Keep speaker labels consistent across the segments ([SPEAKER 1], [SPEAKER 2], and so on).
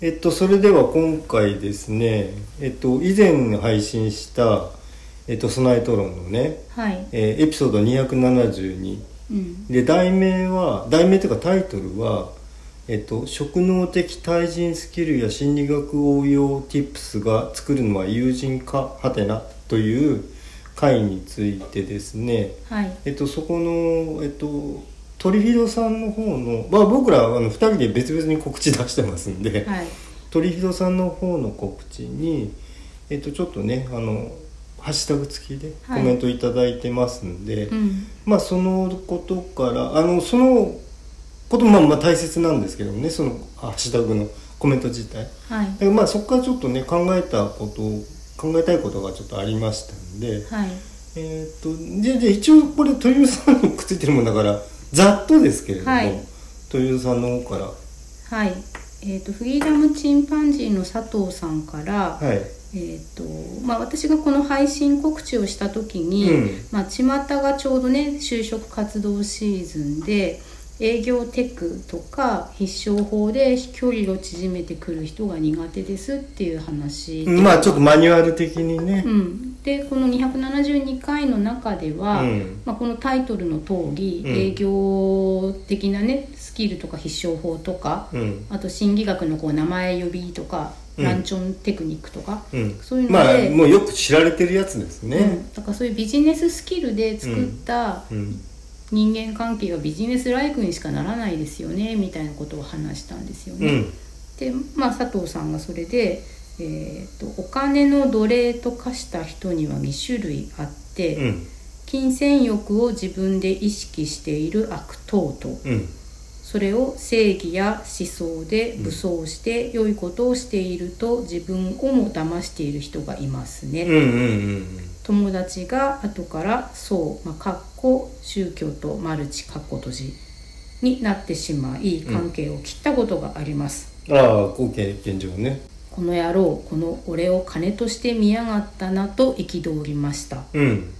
[SPEAKER 1] えっと、それでは今回ですね、えっと、以前配信した、えっと、備え討論のね、
[SPEAKER 2] はい、
[SPEAKER 1] えーエピソード272
[SPEAKER 2] うん、
[SPEAKER 1] で題名は題名というかタイトルは、えっと「職能的対人スキルや心理学応用 Tips が作るのは友人か?」はてなという回についてですね
[SPEAKER 2] はい
[SPEAKER 1] えっと、そこの、えっと、トリフィドさんの方の、まあ、僕らあの2人で別々に告知出してますんで、
[SPEAKER 2] はい
[SPEAKER 1] トリフィドさんの方の告知に、えっと、ちょっとねあのハッシュタグ付きでコ
[SPEAKER 2] はい
[SPEAKER 1] メントいただいてますんで、
[SPEAKER 2] うん
[SPEAKER 1] まあそのことからあのそのこともまあ大切なんですけどねそのハッシュタグのコメント自体。
[SPEAKER 2] はい
[SPEAKER 1] でまあそこからちょっとね考えたこと考えたいことがちょっとありましたんで。
[SPEAKER 2] はい
[SPEAKER 1] えー、とじゃあじゃあ一応これ豊洲さんにくっついてるもんだからざっとですけれども、
[SPEAKER 2] はい
[SPEAKER 1] 豊洲さんの方から
[SPEAKER 2] はいえっ、とフリーダムチンパンジーの佐藤さんから、
[SPEAKER 1] はい
[SPEAKER 2] えっ、とまあ私がこの配信告知をした時に、
[SPEAKER 1] うん
[SPEAKER 2] まあ巷がちょうどね就職活動シーズンで営業テクとか必勝法で飛距離を縮めてくる人が苦手ですっていう話で
[SPEAKER 1] まあちょっとマニュアル的にね、
[SPEAKER 2] うん、でこの272回の中では、
[SPEAKER 1] うん
[SPEAKER 2] まあ、このタイトルの通り、
[SPEAKER 1] うん
[SPEAKER 2] 営業的なねスキルとか必勝法とか、
[SPEAKER 1] うん
[SPEAKER 2] あと心理学のこう名前呼びとか、
[SPEAKER 1] うん
[SPEAKER 2] ランチョンテクニックとか、
[SPEAKER 1] うん、
[SPEAKER 2] そういうの
[SPEAKER 1] まあ
[SPEAKER 2] で、
[SPEAKER 1] もうよく知られてるやつですね、
[SPEAKER 2] うん、だからそういうビジネススキルで作った
[SPEAKER 1] うん
[SPEAKER 2] 人間関係がビジネスライクにしかならないですよねみたいなことを話したんですよ
[SPEAKER 1] う
[SPEAKER 2] ね。
[SPEAKER 1] ん
[SPEAKER 2] でまあ佐藤さんがそれで、えー、とお金の奴隷と化した人には2種類あって、
[SPEAKER 1] うん
[SPEAKER 2] 金銭欲を自分で意識している悪党と
[SPEAKER 1] うん
[SPEAKER 2] それを正義や思想で武装して良いことをしていると自分をも騙している人がいますね。
[SPEAKER 1] うんうんうん
[SPEAKER 2] 友達が後からそう、まあ、かっこ宗教とマルチかっこ閉じになってしまい関係を切ったことがあります。
[SPEAKER 1] うんああ後継現状ね
[SPEAKER 2] この野郎この俺を金として見やがったなと憤りました
[SPEAKER 1] うん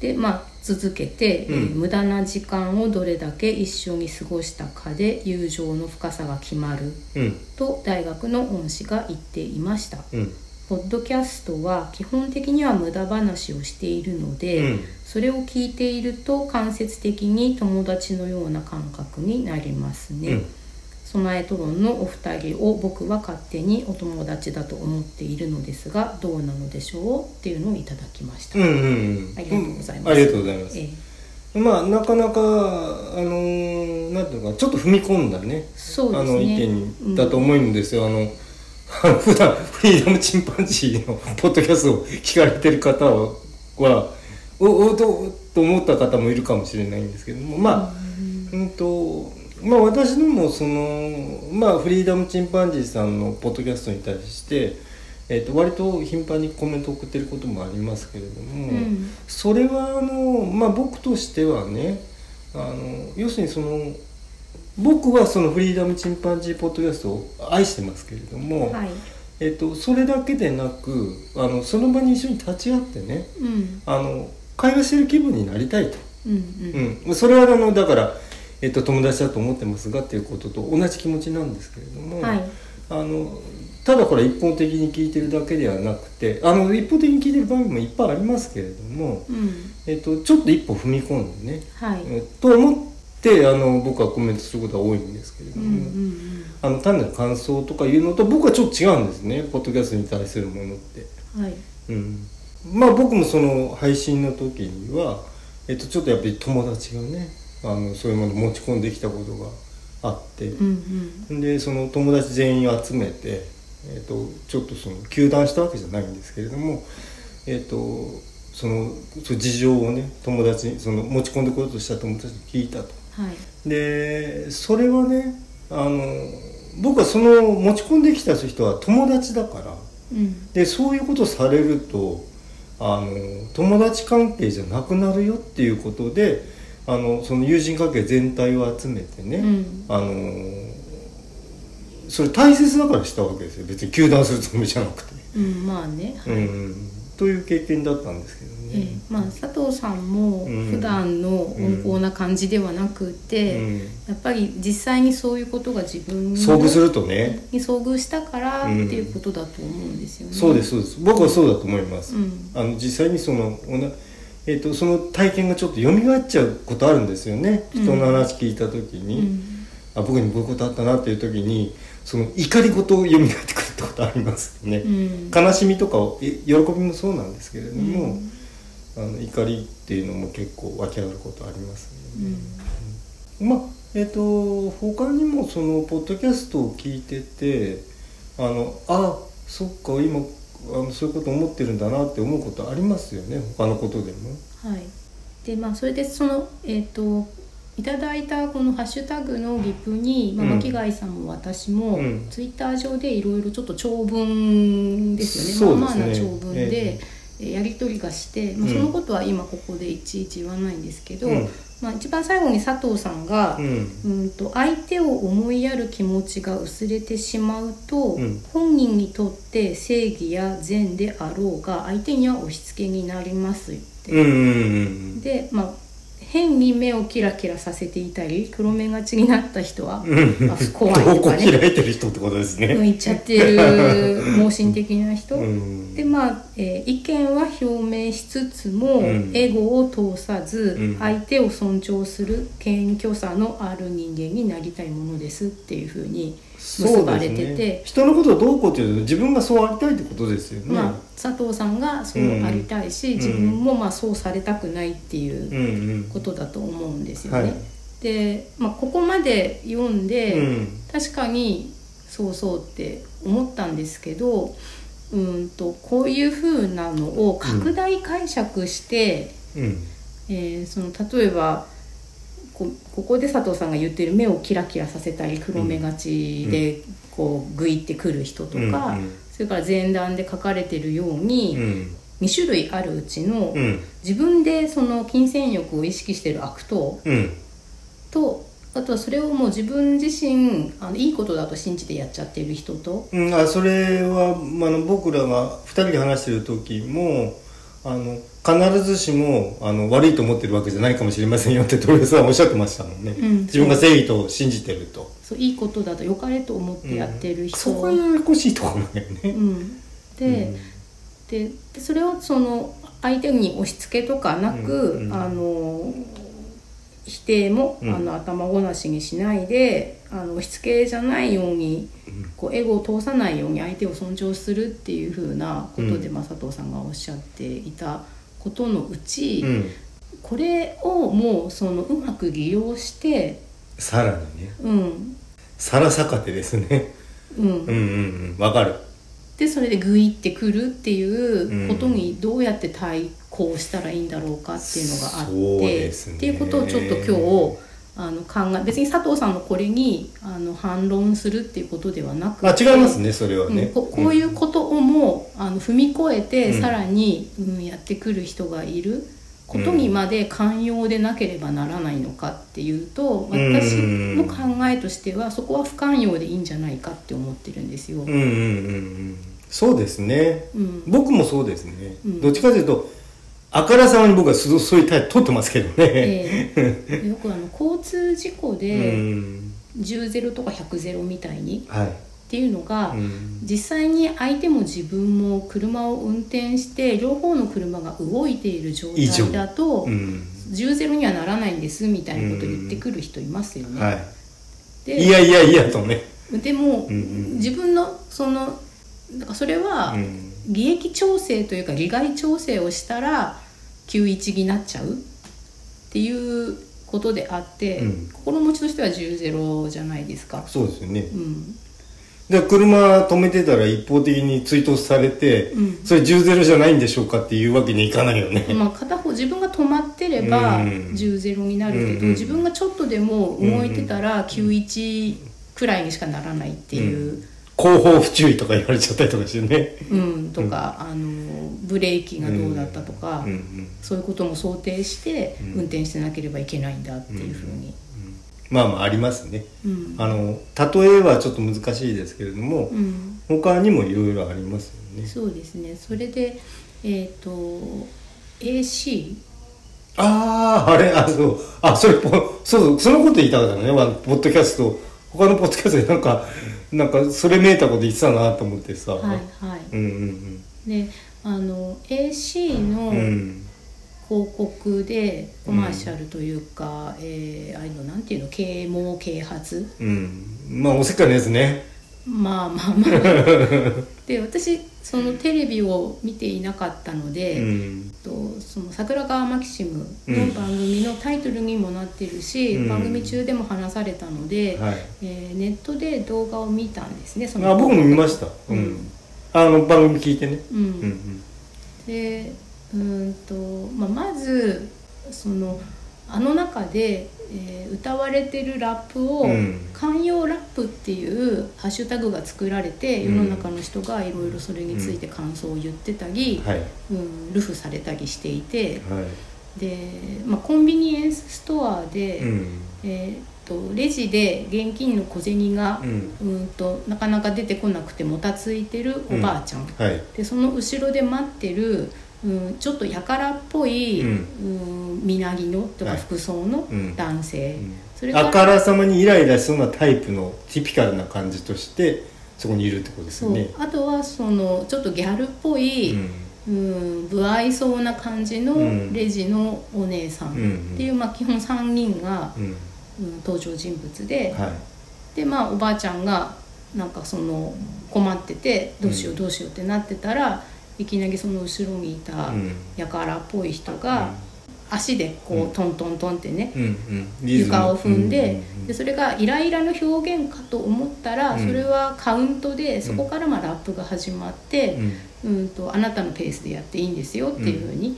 [SPEAKER 2] でまあ続けて、
[SPEAKER 1] うん
[SPEAKER 2] えー無駄な時間をどれだけ一緒に過ごしたかで友情の深さが決まる
[SPEAKER 1] うん
[SPEAKER 2] と大学の恩師が言っていました
[SPEAKER 1] うん
[SPEAKER 2] ポッドキャストは基本的には無駄話をしているので、
[SPEAKER 1] うん
[SPEAKER 2] それを聞いていると間接的に友達のような感覚になりますね、
[SPEAKER 1] うん
[SPEAKER 2] 備えトロンのお二人を僕は勝手にお友達だと思っているのですがどうなのでしょうっていうのをいただきました、
[SPEAKER 1] うんうん
[SPEAKER 2] ありがとうございます
[SPEAKER 1] ありがとうございます
[SPEAKER 2] ええ
[SPEAKER 1] まあなかなかあのーなんていうのかちょっと踏み込んだね
[SPEAKER 2] そう
[SPEAKER 1] あ
[SPEAKER 2] です
[SPEAKER 1] の意
[SPEAKER 2] ね
[SPEAKER 1] 見だと思うんですよ、あの普段フリーダムチンパンジーのポッドキャストを聞かれてる方はおおとと思った方もいるかもしれないんですけどもまあうんとまあ私どもそのまあフリーダムチンパンジーさんのポッドキャストに対して、えっと割と頻繁にコメントを送ってることもありますけれども、
[SPEAKER 2] うん
[SPEAKER 1] それはあのまあ僕としてはねあの要するにその僕はそのフリーダムチンパンジーポッドキャストを愛してますけれども、
[SPEAKER 2] はい
[SPEAKER 1] えっと、それだけでなくあのその場に一緒に立ち会ってね
[SPEAKER 2] うん
[SPEAKER 1] あの会話してる気分になりたいと、
[SPEAKER 2] うんうん
[SPEAKER 1] うん、それはあのだから、えっと、友達だと思ってますがっていうことと同じ気持ちなんですけれども、
[SPEAKER 2] はい
[SPEAKER 1] あのただこれ一方的に聞いてるだけではなくてあの一方的に聞いてる場面もいっぱいありますけれども、
[SPEAKER 2] うん
[SPEAKER 1] えっと、ちょっと一歩踏み込んでね、
[SPEAKER 2] はい
[SPEAKER 1] えーと思ってあの僕はコメントすることが多いんですけれど
[SPEAKER 2] うん
[SPEAKER 1] も、
[SPEAKER 2] うんうん
[SPEAKER 1] あの単なる感想とかいうのと僕はちょっと違うんですねポッドキャストに対するものって。
[SPEAKER 2] はい
[SPEAKER 1] うん、まあ僕もその配信の時には、えっと、ちょっとやっぱり友達がねあのそういうものを持ち込んできたことがあって、
[SPEAKER 2] うんうん
[SPEAKER 1] でその友達全員集めて、えっとちょっとその糾弾したわけじゃないんですけれども、えっとそのそう事情をね友達にその持ち込んでこようとした友達に聞いたと。
[SPEAKER 2] はい
[SPEAKER 1] でそれはねあの僕はその持ち込んできた人は友達だから
[SPEAKER 2] うん
[SPEAKER 1] でそういうことされるとあの友達関係じゃなくなるよっていうことであのその友人関係全体を集めてね、
[SPEAKER 2] うん
[SPEAKER 1] あのそれ大切だからしたわけですよ別に糾弾するつもりじゃなくて。
[SPEAKER 2] うんまあね
[SPEAKER 1] うんという経験だったんですけどね。ね。
[SPEAKER 2] ええまあ、佐藤さんも
[SPEAKER 1] うん
[SPEAKER 2] 普段の温厚な感じではなくて、やっぱり実際にそういうことが自分
[SPEAKER 1] うん、
[SPEAKER 2] に
[SPEAKER 1] 遭遇するとね、
[SPEAKER 2] に遭遇したからって
[SPEAKER 1] うん
[SPEAKER 2] いうことだと思うんですよね。
[SPEAKER 1] そうですそうです僕はそうだと思います、
[SPEAKER 2] うん
[SPEAKER 1] あの実際にそのおな、えっとその体験がちょっと蘇っちゃうことあるんですよね、
[SPEAKER 2] うん
[SPEAKER 1] 人の話聞いた時に、
[SPEAKER 2] うん
[SPEAKER 1] あ僕にこういうことあったなっていう時にその怒りごと蘇ってくるってことありますよね、
[SPEAKER 2] うん
[SPEAKER 1] 悲しみとかをえ喜びもそうなんですけれども、
[SPEAKER 2] うん
[SPEAKER 1] あの怒りっていうのも結構湧き上がることあります
[SPEAKER 2] う
[SPEAKER 1] ね、
[SPEAKER 2] ん
[SPEAKER 1] まあえっ、と他にもそのポッドキャストを聞いててあのあそっか今あのそういうこと思ってるんだなって思うことありますよね他のことでも。
[SPEAKER 2] はい、でまあそれでそのえっ、といただいたこのハッシュタグのギプに、まあ、
[SPEAKER 1] うん
[SPEAKER 2] 巻貝さんも私も、
[SPEAKER 1] うん
[SPEAKER 2] ツイッター上でいろいろちょっと長文ですよねまあ
[SPEAKER 1] そう
[SPEAKER 2] ま
[SPEAKER 1] で
[SPEAKER 2] あ
[SPEAKER 1] すね
[SPEAKER 2] な長文で。
[SPEAKER 1] え
[SPEAKER 2] えーやり取りがして、まあ、
[SPEAKER 1] うん
[SPEAKER 2] そのことは今ここでいちいち言わないんですけど、
[SPEAKER 1] うん
[SPEAKER 2] まあ、一番最後に佐藤さんが、
[SPEAKER 1] うん
[SPEAKER 2] うんと相手を思いやる気持ちが薄れてしまうと、
[SPEAKER 1] うん
[SPEAKER 2] 本人にとって正義や善であろうが相手には押し付けになりますって、
[SPEAKER 1] うんうん
[SPEAKER 2] で、まあ、変に目をキラキラさせていたり黒目がちになった人は、
[SPEAKER 1] うんうん
[SPEAKER 2] あ
[SPEAKER 1] うん、
[SPEAKER 2] 怖いと
[SPEAKER 1] こ
[SPEAKER 2] かね
[SPEAKER 1] 開いてる人ってことです
[SPEAKER 2] 向
[SPEAKER 1] ね。
[SPEAKER 2] いちゃってる盲信的な人、
[SPEAKER 1] ん
[SPEAKER 2] でまあ、えー意見は表明しつつも、
[SPEAKER 1] うん
[SPEAKER 2] エゴを通さず、
[SPEAKER 1] うん
[SPEAKER 2] 相手を尊重する謙虚さのある人間になりたいものですっていうふうに結ばれて
[SPEAKER 1] そう
[SPEAKER 2] て、
[SPEAKER 1] ですね、人のことをどうこうっていうと自分がそうありたいってことですよね。
[SPEAKER 2] まあ、佐藤さんがそうありたいし、
[SPEAKER 1] うん
[SPEAKER 2] 自分もまあそうされたくないっていううん
[SPEAKER 1] うん
[SPEAKER 2] ことだと思うんですよね。
[SPEAKER 1] はい
[SPEAKER 2] で、まあ、ここまで読んで、
[SPEAKER 1] うん
[SPEAKER 2] 確かにそうそうって思ったんですけどうーんとこういうふうなのを拡大解釈して、
[SPEAKER 1] うん
[SPEAKER 2] えーその例えばこここで佐藤さんが言ってる目をキラキラさせたり黒目がちでこうグイってくる人と
[SPEAKER 1] う
[SPEAKER 2] か、
[SPEAKER 1] んうん
[SPEAKER 2] それから前段で書かれてるよう
[SPEAKER 1] う
[SPEAKER 2] に、
[SPEAKER 1] ん
[SPEAKER 2] 2種類あるうちの、
[SPEAKER 1] うん
[SPEAKER 2] 自分でその金銭欲を意識してる悪党
[SPEAKER 1] うん
[SPEAKER 2] とあとはそれをもう自分自身あのいいことだと信じてやっちゃってる人と、
[SPEAKER 1] うん、あそれは、まあ、あの僕らが2人で話してる時もあの必ずしもあの悪いと思ってるわけじゃないかもしれませんよって鳥谷さんおっしゃってましたもんね、
[SPEAKER 2] うん
[SPEAKER 1] 自分が正義と信じてると、
[SPEAKER 2] そういいことだと良かれと思ってやってる人、
[SPEAKER 1] そこがややこしいところだよ
[SPEAKER 2] う
[SPEAKER 1] ね、
[SPEAKER 2] んで,、ででそれをその相手に押し付けとかなく、
[SPEAKER 1] うんうん
[SPEAKER 2] あの否定も、
[SPEAKER 1] うん
[SPEAKER 2] あの頭ごなしにしないであの押し付けじゃないように
[SPEAKER 1] うん
[SPEAKER 2] こうエゴを通さないように相手を尊重するっていうふうなことで、
[SPEAKER 1] う
[SPEAKER 2] まあ佐藤さんがおっしゃっていたことのうち、
[SPEAKER 1] うん、
[SPEAKER 2] これをもうそのうまく利用して
[SPEAKER 1] さらにね
[SPEAKER 2] うん
[SPEAKER 1] さらさかてですね
[SPEAKER 2] うん、
[SPEAKER 1] うんうんうんわかる
[SPEAKER 2] でそれでグイってくるっていう
[SPEAKER 1] うん
[SPEAKER 2] ことにどうやって対抗したらいいんだろうかっていうのがあって、
[SPEAKER 1] そうですね
[SPEAKER 2] っていうことをちょっと今日あの考え別に佐藤さんのこれにあの反論するっていうことではなく
[SPEAKER 1] あ違いますねそれは
[SPEAKER 2] う
[SPEAKER 1] ね、
[SPEAKER 2] ん、ここういううことをもあの踏み越えて、
[SPEAKER 1] うん
[SPEAKER 2] さらに、うん、やってくる人がいることにまで寛容でなければならないのかっていうと、
[SPEAKER 1] うん
[SPEAKER 2] 私の考えとしてはそこは不寛容でいいんじゃないかって思ってるんですよ。
[SPEAKER 1] んうんうんうんそうですね
[SPEAKER 2] うん
[SPEAKER 1] 僕もそうですね、
[SPEAKER 2] うん
[SPEAKER 1] どっちかというとあからさまに僕はそそういう態度取ってますけどね、
[SPEAKER 2] ええ よくあの交通事故で
[SPEAKER 1] うん
[SPEAKER 2] 10ゼロとか100ゼロみたいに
[SPEAKER 1] はい、
[SPEAKER 2] っていうのが、
[SPEAKER 1] うん
[SPEAKER 2] 実際に相手も自分も車を運転して両方の車が動いている状
[SPEAKER 1] 以上
[SPEAKER 2] 態だと、
[SPEAKER 1] うん
[SPEAKER 2] 10ゼロにはならないんですみたいなことを言ってくる人いますよね。
[SPEAKER 1] は
[SPEAKER 2] で
[SPEAKER 1] い、いやいやいやとね、
[SPEAKER 2] でも、
[SPEAKER 1] うんうん
[SPEAKER 2] 自分のそのなんかそれは
[SPEAKER 1] うん
[SPEAKER 2] 利益調整というか利害調整をしたら91になっちゃうっていうことであって、
[SPEAKER 1] うん
[SPEAKER 2] 心持ちとしては10ゼロじゃないですか。
[SPEAKER 1] そうですよね
[SPEAKER 2] うん
[SPEAKER 1] だから車止めてたら一方的に追突されて、
[SPEAKER 2] うん
[SPEAKER 1] それ10ゼロじゃないんでしょうかっていうわけにいかないよね、
[SPEAKER 2] まあ、片方自分が止まってれば
[SPEAKER 1] うん
[SPEAKER 2] 10ゼロになるけど、
[SPEAKER 1] うん
[SPEAKER 2] 自分がちょっとでも動いてたら91くらいにしかならないっていう。
[SPEAKER 1] 後方不注意とか言われちゃったりとかしてね
[SPEAKER 2] うん、とか、あのブレーキがどうだったとか、
[SPEAKER 1] うんうん
[SPEAKER 2] そういうことも想定して
[SPEAKER 1] うん
[SPEAKER 2] 運転してなければいけないんだっていうふうに、
[SPEAKER 1] まあまあありますね
[SPEAKER 2] うん
[SPEAKER 1] あの例えはちょっと難しいですけれども、
[SPEAKER 2] うん
[SPEAKER 1] 他にもいろいろありますよね
[SPEAKER 2] そうですねそれでえっ、と AC?
[SPEAKER 1] あああれあそうあそれポそうそうそのこと言いたかったのねわポッドキャスト他のポッドキャストでなんかなんかそれめいたこと言ってたなと思ってさ、
[SPEAKER 2] はいはい。
[SPEAKER 1] うんうん
[SPEAKER 2] であの AC
[SPEAKER 1] うんう
[SPEAKER 2] の
[SPEAKER 1] ん
[SPEAKER 2] 広告でコマーシャルというか、えーああいうのなんていうの啓蒙啓発
[SPEAKER 1] うんまあおせっかいのやつね
[SPEAKER 2] まあまあま あで私そのテレビを見ていなかったの
[SPEAKER 1] う
[SPEAKER 2] で、
[SPEAKER 1] ん
[SPEAKER 2] とその桜川マキシム
[SPEAKER 1] うん
[SPEAKER 2] の番組のタイトルにもなってるし、
[SPEAKER 1] うん
[SPEAKER 2] 番組中でも話されたので、
[SPEAKER 1] はい
[SPEAKER 2] えーネットで動画を見たんですねその
[SPEAKER 1] あ僕も見ましたうん、
[SPEAKER 2] うん
[SPEAKER 1] あの番組聞いてね
[SPEAKER 2] うん
[SPEAKER 1] うんうん
[SPEAKER 2] でうーんと、まあ、まずそのあの中で、えー歌われてるラップを
[SPEAKER 1] うん
[SPEAKER 2] 「寛容ラップ」っていうハッシュタグが作られて、
[SPEAKER 1] うん
[SPEAKER 2] 世の中の人がいろいろそれについて感想を言ってたり、
[SPEAKER 1] はい
[SPEAKER 2] うん、ルフされたりしていて
[SPEAKER 1] はい
[SPEAKER 2] で、まあ、コンビニエンスストアで、
[SPEAKER 1] うん
[SPEAKER 2] えー、とレジで現金の小銭が
[SPEAKER 1] う、ん
[SPEAKER 2] うーんとなかなか出てこなくてもたついてるおばあちゃん
[SPEAKER 1] はい
[SPEAKER 2] でその後ろで待ってる、うん、ちょっとやからっぽい、
[SPEAKER 1] う
[SPEAKER 2] うんん、みなぎのと
[SPEAKER 1] は
[SPEAKER 2] か
[SPEAKER 1] い
[SPEAKER 2] 服装の
[SPEAKER 1] うん
[SPEAKER 2] 男性、それ
[SPEAKER 1] あ
[SPEAKER 2] か
[SPEAKER 1] かららさまにイライラしそうなタイプのティピカルな感じとしてそこにいるってことです
[SPEAKER 2] そ
[SPEAKER 1] よ
[SPEAKER 2] う、
[SPEAKER 1] ね
[SPEAKER 2] あとはそのちょっとギャルっぽい、うん不愛想な感じの
[SPEAKER 1] うん
[SPEAKER 2] レジのお姉さんっ
[SPEAKER 1] うんうん
[SPEAKER 2] ていう、まあ、基本3人が
[SPEAKER 1] う、ん
[SPEAKER 2] うん、登場人物で、
[SPEAKER 1] うんはい
[SPEAKER 2] でまあおばあちゃんがなんかその困っててどうしようどうしようってなってたら、いきなりその後ろにいた
[SPEAKER 1] うん
[SPEAKER 2] やからっぽい人が、足で
[SPEAKER 1] う
[SPEAKER 2] こ
[SPEAKER 1] ん
[SPEAKER 2] うトントントンってね、
[SPEAKER 1] うんうんリズム
[SPEAKER 2] 床を踏んで,、
[SPEAKER 1] うん
[SPEAKER 2] でそれがイライラの表現かと思ったら、
[SPEAKER 1] うん
[SPEAKER 2] それはカウントでそこからまあラップが始まって、
[SPEAKER 1] うん
[SPEAKER 2] うんと「あなたのペースでやっていいんですよ」っていうふうに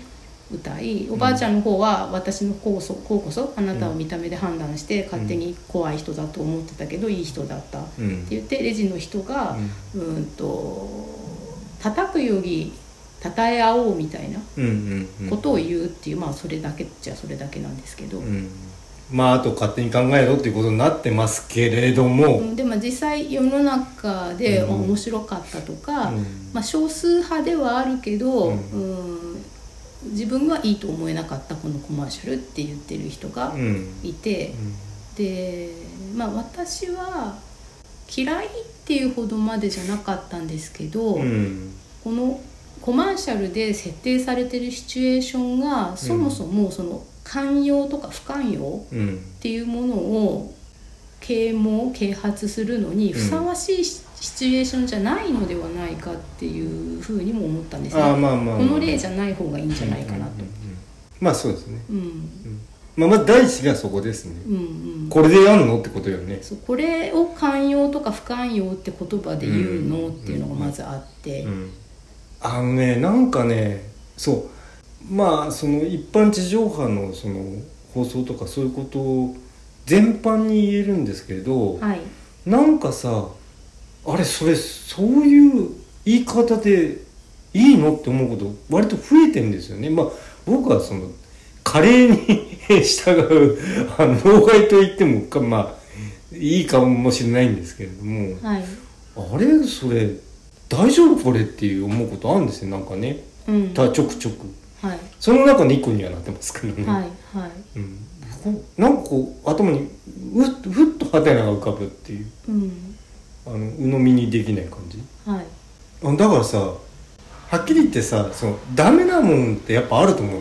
[SPEAKER 2] 歌い、おばあちゃんの方は「私の方こそこうこそあなたを見た目で判断して勝手に怖い人だと思ってたけどいい人だった」って
[SPEAKER 1] うんうん
[SPEAKER 2] 言ってレジの人が「うんと叩くより称え合おう」みたいな
[SPEAKER 1] うんうんうん
[SPEAKER 2] ことを言うっていう、まあそれだけっちゃそれだけなんですけど、
[SPEAKER 1] うんまああと勝手に考えろっていうことになってますけれども、
[SPEAKER 2] うんでも実際世の中で
[SPEAKER 1] うん
[SPEAKER 2] 面白かったとか、
[SPEAKER 1] うん
[SPEAKER 2] まあ、少数派ではあるけ
[SPEAKER 1] う
[SPEAKER 2] ど、うんん自分はいいと思えなかったこのコマーシャルって言ってる人が
[SPEAKER 1] うん
[SPEAKER 2] いて、で、まあ、私は嫌いっていうほどまでじゃなかったんですけど、
[SPEAKER 1] うんうん
[SPEAKER 2] このコマーシャルで設定されてるシチュエーションがそもそもその寛容とか不寛容
[SPEAKER 1] うん
[SPEAKER 2] っていうものを啓蒙啓発するのにふさわしいシシチュエーションじゃないのではないかっていうふうにも思ったんですね、
[SPEAKER 1] ああまあまあ、まあ、
[SPEAKER 2] この例じゃない方がいいんじゃないか
[SPEAKER 1] うん、う
[SPEAKER 2] なと
[SPEAKER 1] んうんまあそうですね、
[SPEAKER 2] うん
[SPEAKER 1] まあ、まず第一がそこですね、
[SPEAKER 2] うんうん
[SPEAKER 1] これでやんのってことよね
[SPEAKER 2] そうこれを寛容とか不寛容って言葉で言うのっていうのがまずあって、
[SPEAKER 1] うんあのねなんかねそうまあその一般地上波のその放送とかそういうことを全般に言えるんですけれど、
[SPEAKER 2] はい
[SPEAKER 1] なんかさあれそれそういう言い方でいいのって思うこと割と増えてるんですよねまあ僕はその華麗に 従うあの妨害と言ってもかまあいいかもしれないんですけれども
[SPEAKER 2] はい
[SPEAKER 1] あれそれ大丈夫これっていう思うことあるんですよなんかね
[SPEAKER 2] うん
[SPEAKER 1] た
[SPEAKER 2] は
[SPEAKER 1] ちょくちょく
[SPEAKER 2] い
[SPEAKER 1] その中の一個にはなってますけどね、
[SPEAKER 2] はいはい
[SPEAKER 1] うん、こうなんかこう頭にうっふっとハテナが浮かぶっていう
[SPEAKER 2] うん
[SPEAKER 1] あの鵜呑みにできない感じ
[SPEAKER 2] はい
[SPEAKER 1] あだからさはっきり言ってさそのダメなもんってやっぱあると思うよ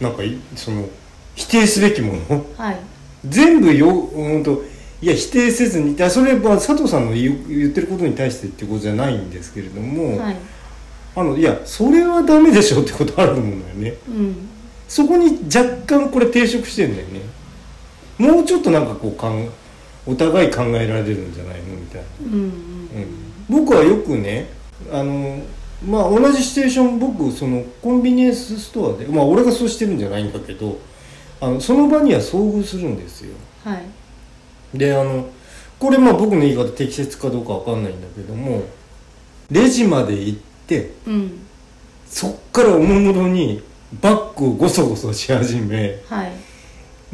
[SPEAKER 1] なんかいその否定すべきもの
[SPEAKER 2] はい
[SPEAKER 1] 全部よほんといや否定せずにあそれは佐藤さんの言う言ってることに対してってことじゃないんですけれども、
[SPEAKER 2] はい
[SPEAKER 1] あのいやそれはダメでしょってことあると思うんだよね
[SPEAKER 2] うん
[SPEAKER 1] そこに若干これ抵触してんだよねもうちょっとなんかこうかんお互い考えられるんじゃないのみたいな
[SPEAKER 2] うんうん
[SPEAKER 1] 僕はよくねあのまあ同じシチュエーション僕そのコンビニエンスストアでまあ俺がそうしてるんじゃないんだけどあのその場には遭遇するんですよ
[SPEAKER 2] はい
[SPEAKER 1] であのこれまあ僕の言い方適切かどうかわかんないんだけどもレジまで行って
[SPEAKER 2] うん
[SPEAKER 1] そっからおもむろにバッグをゴソゴソし始め
[SPEAKER 2] はい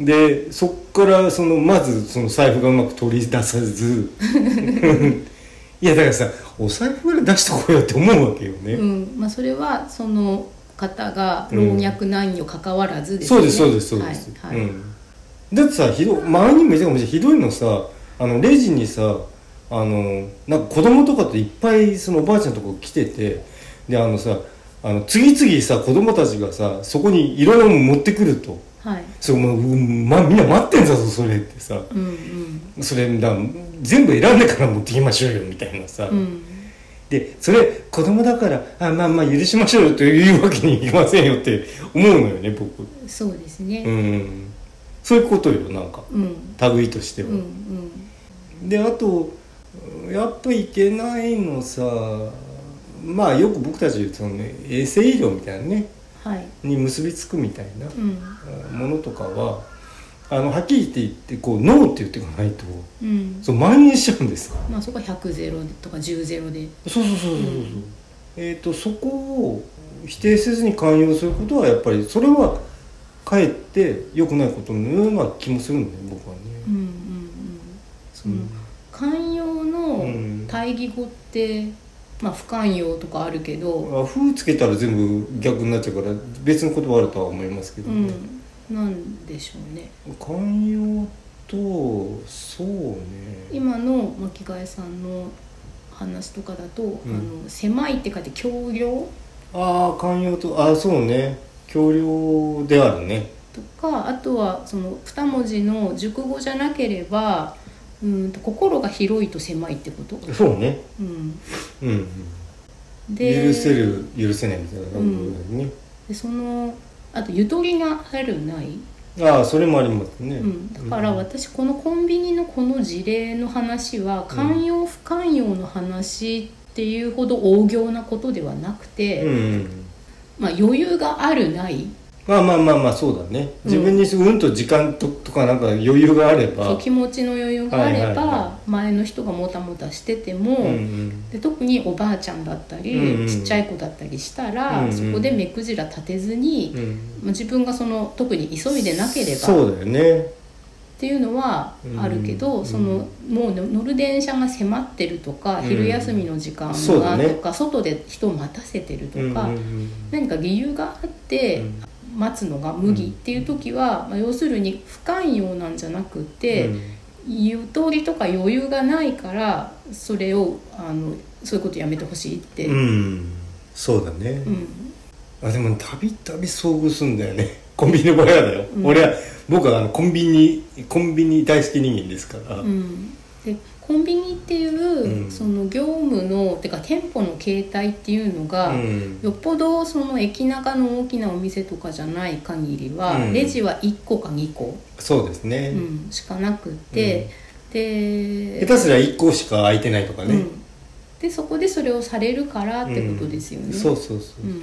[SPEAKER 1] でそっからそのまずその財布がうまく取り出さず いやだからさお財布から出しとこうよって思うわけよね、
[SPEAKER 2] うんまあ、それはその方が
[SPEAKER 1] うん
[SPEAKER 2] 老若男女関わらずです
[SPEAKER 1] そ
[SPEAKER 2] よ
[SPEAKER 1] う
[SPEAKER 2] ね、
[SPEAKER 1] ですそうですそうです、
[SPEAKER 2] はい、はい
[SPEAKER 1] うん、だってさひどい前にも言ったかもしれないひどいのさあのレジにさあのなんか子供とかといっぱいそのおばあちゃんのとこ来ててであのさあの次々さ子供たちがさそこにいろいろなもの持ってくると
[SPEAKER 2] はい
[SPEAKER 1] そう、まうんま、みんな待ってんだぞそれってさ
[SPEAKER 2] うんうん
[SPEAKER 1] それだ全部選んでから持ってきましょうよみたいなさ、
[SPEAKER 2] うん
[SPEAKER 1] でそれ子供だからあまあまあ許しましょうよというわけにいきませんよって思うのよね僕。
[SPEAKER 2] そうです
[SPEAKER 1] う
[SPEAKER 2] ね
[SPEAKER 1] ん、そういうことよなんか
[SPEAKER 2] うんうん
[SPEAKER 1] 類としては、
[SPEAKER 2] うん
[SPEAKER 1] であとやっぱいけないのさまあよく僕たち言うその、ね、衛生医療みたいなね
[SPEAKER 2] はい
[SPEAKER 1] に結びつくみたいな
[SPEAKER 2] うん
[SPEAKER 1] ものとかはあのはっきり言って言ってこうノーって言っていかないと
[SPEAKER 2] うん
[SPEAKER 1] そう蔓延しちゃうんですよ
[SPEAKER 2] まあそこは100ゼロとか10ゼロで
[SPEAKER 1] そうそうそうそうそう、えっ、とそこを否定せずに寛容することはやっぱりそれはかえって良くないことのような気もするんだよね僕はね。
[SPEAKER 2] うんうんうんその寛容
[SPEAKER 1] うん
[SPEAKER 2] の対義語って、まあ不寛容とかあるけど、
[SPEAKER 1] あ「風」つけたら全部逆になっちゃうから別の言葉あるとは思いますけど、
[SPEAKER 2] う
[SPEAKER 1] ね
[SPEAKER 2] ん、なんでしょうね
[SPEAKER 1] 寛容とそうね
[SPEAKER 2] 今の巻貝さんの話とかだと、
[SPEAKER 1] ん
[SPEAKER 2] あの狭いって書いて教養
[SPEAKER 1] ああ寛容とああそうね強量であるね
[SPEAKER 2] とかあとはその2文字の熟語じゃなければうーんと心が広いと狭いってこと、
[SPEAKER 1] そうね
[SPEAKER 2] うん、
[SPEAKER 1] うん、うん、
[SPEAKER 2] で
[SPEAKER 1] 許せる許せないみたいな
[SPEAKER 2] うん
[SPEAKER 1] ね、
[SPEAKER 2] でそのあとゆとりがあるない、
[SPEAKER 1] ああそれもありますね、
[SPEAKER 2] うん、だから
[SPEAKER 1] うん
[SPEAKER 2] 私このコンビニのこの事例の話は寛容不寛容の話っていうほど大行なことではなくて、
[SPEAKER 1] うんうん
[SPEAKER 2] まあ余裕があるない
[SPEAKER 1] まあまあまあまあそうだね自分にうんと時間ととかなんか余裕があれば
[SPEAKER 2] そう気持ちの余裕があ
[SPEAKER 1] は
[SPEAKER 2] れ
[SPEAKER 1] いはいは
[SPEAKER 2] ば前の人がもたもたしてても、
[SPEAKER 1] うんうん
[SPEAKER 2] で特におばあちゃんだったり、
[SPEAKER 1] うんうん
[SPEAKER 2] ちっちゃい子だったりしたら、
[SPEAKER 1] うんうん
[SPEAKER 2] そこで目くじら立てず
[SPEAKER 1] う
[SPEAKER 2] に、
[SPEAKER 1] ん
[SPEAKER 2] まあ自分がその特に急いでなければっ
[SPEAKER 1] そうだよね
[SPEAKER 2] ていうのはあるけど、
[SPEAKER 1] うん
[SPEAKER 2] そのもう乗る電車が迫ってるとか、
[SPEAKER 1] うん
[SPEAKER 2] 昼休みの時間
[SPEAKER 1] そうだ
[SPEAKER 2] が
[SPEAKER 1] ね
[SPEAKER 2] とか、外で人を待たせてるとか、
[SPEAKER 1] うんうん
[SPEAKER 2] 何か理由があ
[SPEAKER 1] う
[SPEAKER 2] って。
[SPEAKER 1] ん
[SPEAKER 2] 待つのが無理っていう時は、まあ、要するに不寛容なんじゃなくて、
[SPEAKER 1] うん
[SPEAKER 2] ゆとりとか余裕がないからそれをあのそういうことやめてほしいって、
[SPEAKER 1] うんそうだね、
[SPEAKER 2] うん
[SPEAKER 1] あでもたびたび遭遇すんだよね コンビニの場合はだよ、
[SPEAKER 2] うん
[SPEAKER 1] 俺は僕はあのコンビニコンビニ大好き人間ですから、
[SPEAKER 2] うんでコンビニっていう、
[SPEAKER 1] うん
[SPEAKER 2] その業務のてか店舗の形態っていうのが、
[SPEAKER 1] うん
[SPEAKER 2] よっぽどその駅中の大きなお店とかじゃない限りは、
[SPEAKER 1] うん
[SPEAKER 2] レジは1個か2個、
[SPEAKER 1] そうですね、
[SPEAKER 2] うん、しかなくって、
[SPEAKER 1] 下
[SPEAKER 2] で
[SPEAKER 1] 手すりゃ1個しか空いてないとか
[SPEAKER 2] う
[SPEAKER 1] ね、
[SPEAKER 2] ん、でそこでそれをされるからってことですよね。
[SPEAKER 1] うんそうそうそう
[SPEAKER 2] う、ん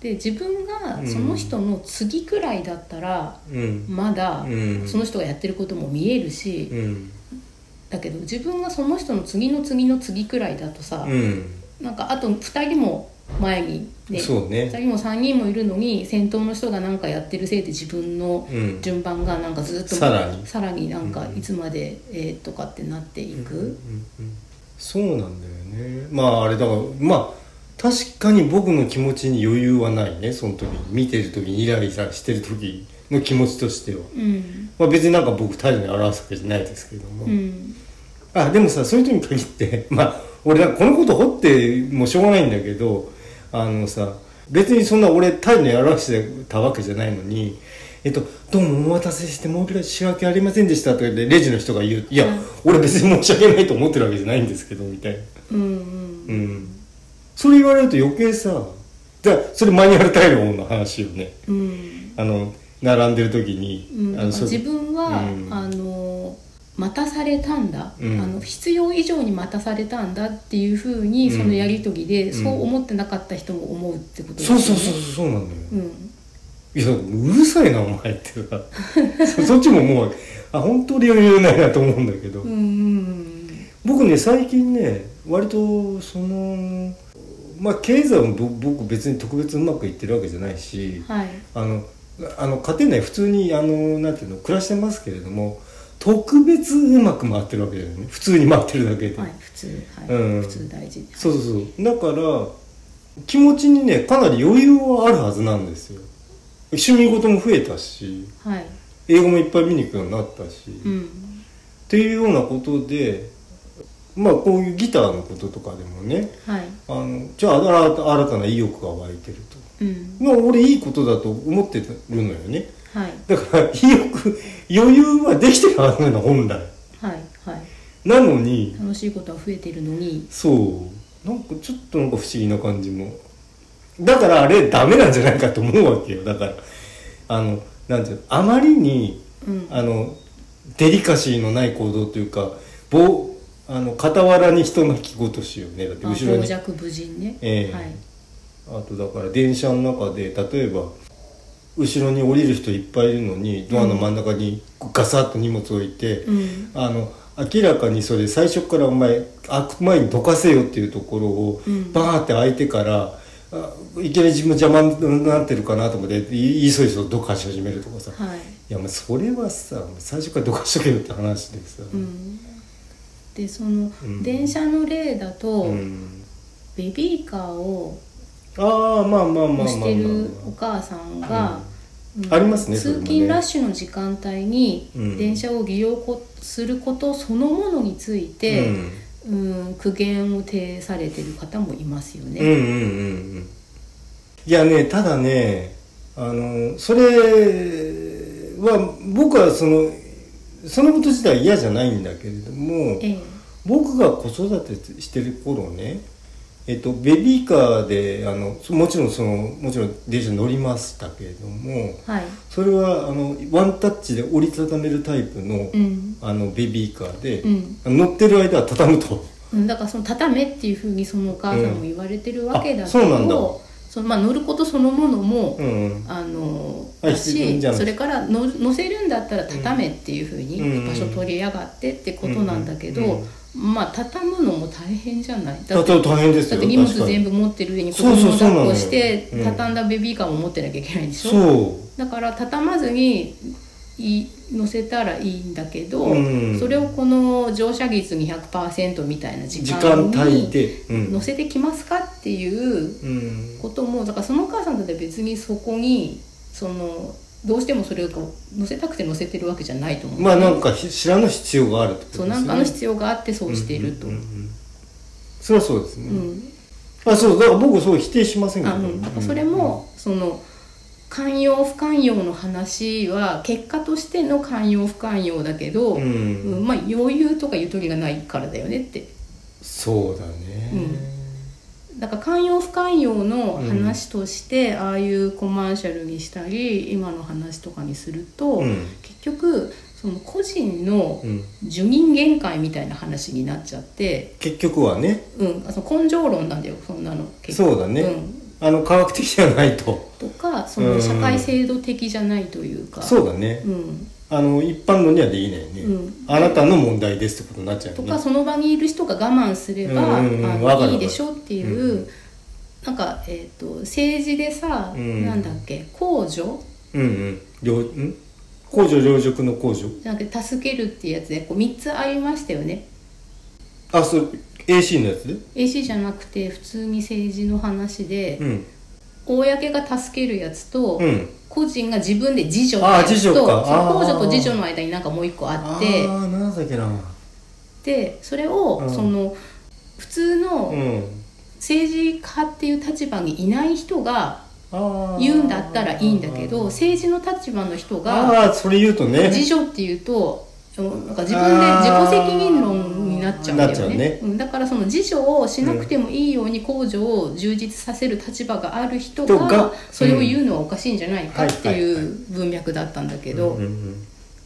[SPEAKER 2] で自分がその人の次くらいだったら
[SPEAKER 1] うん
[SPEAKER 2] まだ
[SPEAKER 1] うん
[SPEAKER 2] その人がやってることも見えるし、
[SPEAKER 1] うん
[SPEAKER 2] だけど自分がその人の次の次の次くらいだとさ、
[SPEAKER 1] うん
[SPEAKER 2] なんかあと2人も前に、ね
[SPEAKER 1] そう
[SPEAKER 2] 2
[SPEAKER 1] ね
[SPEAKER 2] 人も3人もいるのに先頭の人が何かやってるせいで自分の
[SPEAKER 1] うん
[SPEAKER 2] 順番がなんかずっと
[SPEAKER 1] さらに
[SPEAKER 2] になんかいつまで、えーとかってなってい
[SPEAKER 1] うんうんう
[SPEAKER 2] く、
[SPEAKER 1] んそうなんだよねまああれだからまあ確かに僕の気持ちに余裕はないねその時見てる時にイライラしてる時の気持ちとしては
[SPEAKER 2] うん
[SPEAKER 1] まあ、別になんか僕態度に表すわけじゃないですけども、
[SPEAKER 2] うん
[SPEAKER 1] あでもさそういう人に限って まあ俺なんかこのこと掘ってもしょうがないんだけどあのさ別にそんな俺態度に表してたわけじゃないのに「えっと、どうもお待たせして申し訳ありませんでした」とか言ってレジの人が言う「いや
[SPEAKER 2] うん
[SPEAKER 1] 俺別に申し訳ないと思ってるわけじゃないんですけど」みたいな、
[SPEAKER 2] うんうん
[SPEAKER 1] うん、それ言われると余計さだからそれマニュアル対応の話よね
[SPEAKER 2] うん
[SPEAKER 1] あの並んでる時に、
[SPEAKER 2] うん、
[SPEAKER 1] あのそう
[SPEAKER 2] 自分は、
[SPEAKER 1] うん
[SPEAKER 2] あの待たされたんだ、
[SPEAKER 1] うん
[SPEAKER 2] あの必要以上に待たされたんだっていうふうに
[SPEAKER 1] うん
[SPEAKER 2] そのやり取りで、
[SPEAKER 1] うん
[SPEAKER 2] そう思ってなかった人も思うってことです
[SPEAKER 1] そ
[SPEAKER 2] よ
[SPEAKER 1] う
[SPEAKER 2] ね。
[SPEAKER 1] そうそうそうなんだよ、
[SPEAKER 2] うん
[SPEAKER 1] いや、うるさいな、お前ってさ。そ そっちももう、あ、本当に余裕ないなと思うんだけど。
[SPEAKER 2] うんうん
[SPEAKER 1] 僕ね、最近ね、割と、その、まあ、経済もぼ僕別に特別うまくいってるわけじゃないし
[SPEAKER 2] うん、はい
[SPEAKER 1] あの、あの家庭内普通に、あの、なんていうの、暮らしてますけれども、特別うまく回ってるわけだよね。普通に回ってるだけで。
[SPEAKER 2] はい普通はい、
[SPEAKER 1] うん
[SPEAKER 2] 普通大事
[SPEAKER 1] そうそうそう。だから、気持ちにねかなり余裕はあるはずなんですよ趣味事も増えたし
[SPEAKER 2] はい
[SPEAKER 1] 英語もいっぱい見に行くようになったし、
[SPEAKER 2] う
[SPEAKER 1] っ
[SPEAKER 2] ん
[SPEAKER 1] ていうようなことでまあこういうギターのこととかでもね
[SPEAKER 2] はい
[SPEAKER 1] あのじゃあ新た新たな意欲が湧いてると
[SPEAKER 2] うん
[SPEAKER 1] まあ俺いいことだと思ってるのよね
[SPEAKER 2] はい
[SPEAKER 1] だから意欲余裕はできてるはずなの本来
[SPEAKER 2] はいはい
[SPEAKER 1] なのに
[SPEAKER 2] 楽しいことは増えてるのに
[SPEAKER 1] そうなんかちょっとなんか不思議な感じもだからあれダメなんじゃないかと思うわけよだからあのなんていうのあまりに
[SPEAKER 2] うん
[SPEAKER 1] あのデリカシーのない行動というか棒あの傍らに人のきごとしよねだって
[SPEAKER 2] あ
[SPEAKER 1] 後ろに
[SPEAKER 2] 傍若無人ね、
[SPEAKER 1] ええ
[SPEAKER 2] はい
[SPEAKER 1] あとだから電車の中で例えば後ろに降りる人いっぱいいるのにドアの真ん中にガサッと荷物置いて、
[SPEAKER 2] うん
[SPEAKER 1] あの明らかにそれ最初からお前開く前にどかせよっていうところを
[SPEAKER 2] うん
[SPEAKER 1] バーって開いてから、あいきなり自分邪魔になってるかなと思っていいそいそどかし始めるとかさ、い、
[SPEAKER 2] はい
[SPEAKER 1] やもうそれはさ最初からどかしとけよって話でさ、
[SPEAKER 2] うんでその、
[SPEAKER 1] うん
[SPEAKER 2] 電車の例だと、
[SPEAKER 1] うん
[SPEAKER 2] ベビーカーを
[SPEAKER 1] ああまあまあまあまあまあ
[SPEAKER 2] 押してるお母さんが、うん
[SPEAKER 1] ありますねそれも
[SPEAKER 2] 通
[SPEAKER 1] ね
[SPEAKER 2] 勤ラッシュの時間帯に
[SPEAKER 1] うん
[SPEAKER 2] 電車を利用こすることそのものについて、
[SPEAKER 1] うん
[SPEAKER 2] うん苦言を呈されてる方もいますよ
[SPEAKER 1] うんうん
[SPEAKER 2] ね。
[SPEAKER 1] うんうんいやねただねあのそれは僕はそのそのこと自体嫌じゃないんだけれども
[SPEAKER 2] ええ
[SPEAKER 1] 僕が子育てしてる頃ねえっと、ベビーカーであのもちろんそのもちろん電車乗りましたけれども
[SPEAKER 2] はい、
[SPEAKER 1] それはあのワンタッチで折りたためるタイプの,、
[SPEAKER 2] うん
[SPEAKER 1] あのベビーカーで、
[SPEAKER 2] うん
[SPEAKER 1] 乗ってる間は畳むと。
[SPEAKER 2] うん、だからその畳めっていうふうにそのお母さんも言われてるわけだけど、
[SPEAKER 1] うんあそうなんだ
[SPEAKER 2] そのまあ、乗ることそのものも、
[SPEAKER 1] うんうん
[SPEAKER 2] あの
[SPEAKER 1] あ
[SPEAKER 2] だ
[SPEAKER 1] 必要
[SPEAKER 2] し
[SPEAKER 1] じゃない
[SPEAKER 2] それからの乗せるんだったら畳めっていうふう
[SPEAKER 1] うん
[SPEAKER 2] に場所取りやがってってことなんだけど、
[SPEAKER 1] うん
[SPEAKER 2] まあ畳むのも大変じゃないだ
[SPEAKER 1] だ
[SPEAKER 2] っ
[SPEAKER 1] ってて大変です
[SPEAKER 2] だ
[SPEAKER 1] よ
[SPEAKER 2] って荷物
[SPEAKER 1] 確かに
[SPEAKER 2] 全部持ってる上に子
[SPEAKER 1] そう
[SPEAKER 2] 供
[SPEAKER 1] そう
[SPEAKER 2] を
[SPEAKER 1] そうなの
[SPEAKER 2] 抱っ
[SPEAKER 1] よ
[SPEAKER 2] こして
[SPEAKER 1] うん
[SPEAKER 2] 畳んだベビーカーも持ってなきゃいけないでしょ、
[SPEAKER 1] そう
[SPEAKER 2] だから畳まずにい乗せたらいいんだけど、
[SPEAKER 1] うん
[SPEAKER 2] それをこの乗車率200%みたいな時
[SPEAKER 1] 時
[SPEAKER 2] 間
[SPEAKER 1] 間帯
[SPEAKER 2] に
[SPEAKER 1] で、うん
[SPEAKER 2] 乗せてきますかっていう
[SPEAKER 1] うん
[SPEAKER 2] こともだからそのお母さんだって別にそこにそのどうしてもそれを載せたくて載せてるわけじゃないと思う、
[SPEAKER 1] まあなんかひ知らぬ必要があるってこと
[SPEAKER 2] そうなんかあの
[SPEAKER 1] 要
[SPEAKER 2] 必要があってそうしてると、うん
[SPEAKER 1] それはそうですね、あそうだから僕そう否定しませんけ
[SPEAKER 2] あ
[SPEAKER 1] ど、
[SPEAKER 2] うんだからそれもその寛容不寛容の話は結果としての寛容不寛容だけど、
[SPEAKER 1] う
[SPEAKER 2] うん
[SPEAKER 1] ん、うん
[SPEAKER 2] まあ余裕とかゆとりがないからだよねって
[SPEAKER 1] そうだね、
[SPEAKER 2] だから寛容不寛容の話として、ああいうコマーシャルにしたり今の話とかにすると、
[SPEAKER 1] うん
[SPEAKER 2] 結局その個人の
[SPEAKER 1] うん
[SPEAKER 2] 受任限界みたいな話になっちゃって、
[SPEAKER 1] 結局はね
[SPEAKER 2] うん、あその根性論なんだよそんなの結局
[SPEAKER 1] そうだね、
[SPEAKER 2] うん
[SPEAKER 1] あの科学的じゃないと
[SPEAKER 2] とかそうの
[SPEAKER 1] ん
[SPEAKER 2] 社会制度的じゃないというか、
[SPEAKER 1] そうだね、
[SPEAKER 2] うん
[SPEAKER 1] あの一般論にはできないよね、
[SPEAKER 2] うん
[SPEAKER 1] あなたの問題ですってことになっちゃう
[SPEAKER 2] と
[SPEAKER 1] よね
[SPEAKER 2] かその場にいる人が我慢すれば、
[SPEAKER 1] うんうんうん
[SPEAKER 2] あ
[SPEAKER 1] わか
[SPEAKER 2] の
[SPEAKER 1] る
[SPEAKER 2] いいでしょっていう、なんか、えー、と政治でさ、
[SPEAKER 1] うん
[SPEAKER 2] なんだっけ公助
[SPEAKER 1] うんうん両ん公助両塾の公助
[SPEAKER 2] じゃなくて助けるっていうやつでこう3つありましたよね
[SPEAKER 1] あそう AC のやつで
[SPEAKER 2] AC じゃなくて普通に政治の話で、
[SPEAKER 1] うん
[SPEAKER 2] 公が助けるやつと、
[SPEAKER 1] うん
[SPEAKER 2] 個人が自分で自助
[SPEAKER 1] あー
[SPEAKER 2] ってやつ
[SPEAKER 1] 自助
[SPEAKER 2] と
[SPEAKER 1] か
[SPEAKER 2] その
[SPEAKER 1] あー
[SPEAKER 2] 公助と自助の間になんかもう一個あ
[SPEAKER 1] あ
[SPEAKER 2] って
[SPEAKER 1] あーなんだっけな
[SPEAKER 2] でそれを、
[SPEAKER 1] うん
[SPEAKER 2] その普通
[SPEAKER 1] う
[SPEAKER 2] の
[SPEAKER 1] ん
[SPEAKER 2] 政治家っていう立場にいない人が言
[SPEAKER 1] 言
[SPEAKER 2] うんだったらいいんだけど政治の立場の人が
[SPEAKER 1] ああそれ言うとね
[SPEAKER 2] 自助っていうとなんか自分で
[SPEAKER 1] あー
[SPEAKER 2] 自己責任論になっちゃうんだ
[SPEAKER 1] なっちゃ
[SPEAKER 2] よ
[SPEAKER 1] う
[SPEAKER 2] ね
[SPEAKER 1] ね
[SPEAKER 2] うん、だからその自助をしなくてもいいように控除を充実させる立場がある人
[SPEAKER 1] 人が
[SPEAKER 2] がそれを言うのはおかしいんじゃないかってい
[SPEAKER 1] はいはいは
[SPEAKER 2] う文脈だったんだけ
[SPEAKER 1] う
[SPEAKER 2] ど
[SPEAKER 1] んうん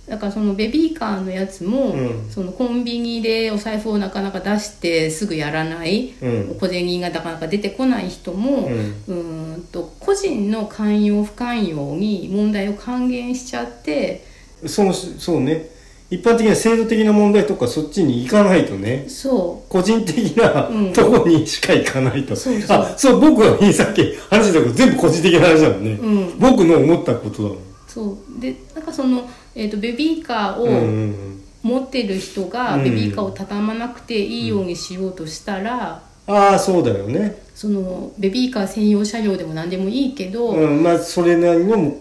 [SPEAKER 2] だからそのベビーカーのやつも、
[SPEAKER 1] うん
[SPEAKER 2] そのコンビニでお財布をなかなか出してすぐやらない、
[SPEAKER 1] うん
[SPEAKER 2] 小銭がなかなか出てこない人も、うーんと個人の寛容不寛容に問題を還元しちゃって
[SPEAKER 1] うんそうそうね一般的には制度的な問題とかそっちに行かないとね
[SPEAKER 2] そ
[SPEAKER 1] 個人的な
[SPEAKER 2] うん
[SPEAKER 1] とこにしか行かないと、
[SPEAKER 2] そうそう
[SPEAKER 1] あそう僕がさっき話してたこと全部個人的な話だもんね、
[SPEAKER 2] うん
[SPEAKER 1] 僕の思ったことだもん
[SPEAKER 2] うそうでなんかその、えー、とベビーカー
[SPEAKER 1] うんうん
[SPEAKER 2] を
[SPEAKER 1] うん
[SPEAKER 2] 持ってる人が
[SPEAKER 1] うん
[SPEAKER 2] ベビーカーを畳まなくていいようにしようとしたら、
[SPEAKER 1] ああそうだよね
[SPEAKER 2] そのベビーカー専用車両でも何でもいいけど、
[SPEAKER 1] うん、まあそれなりの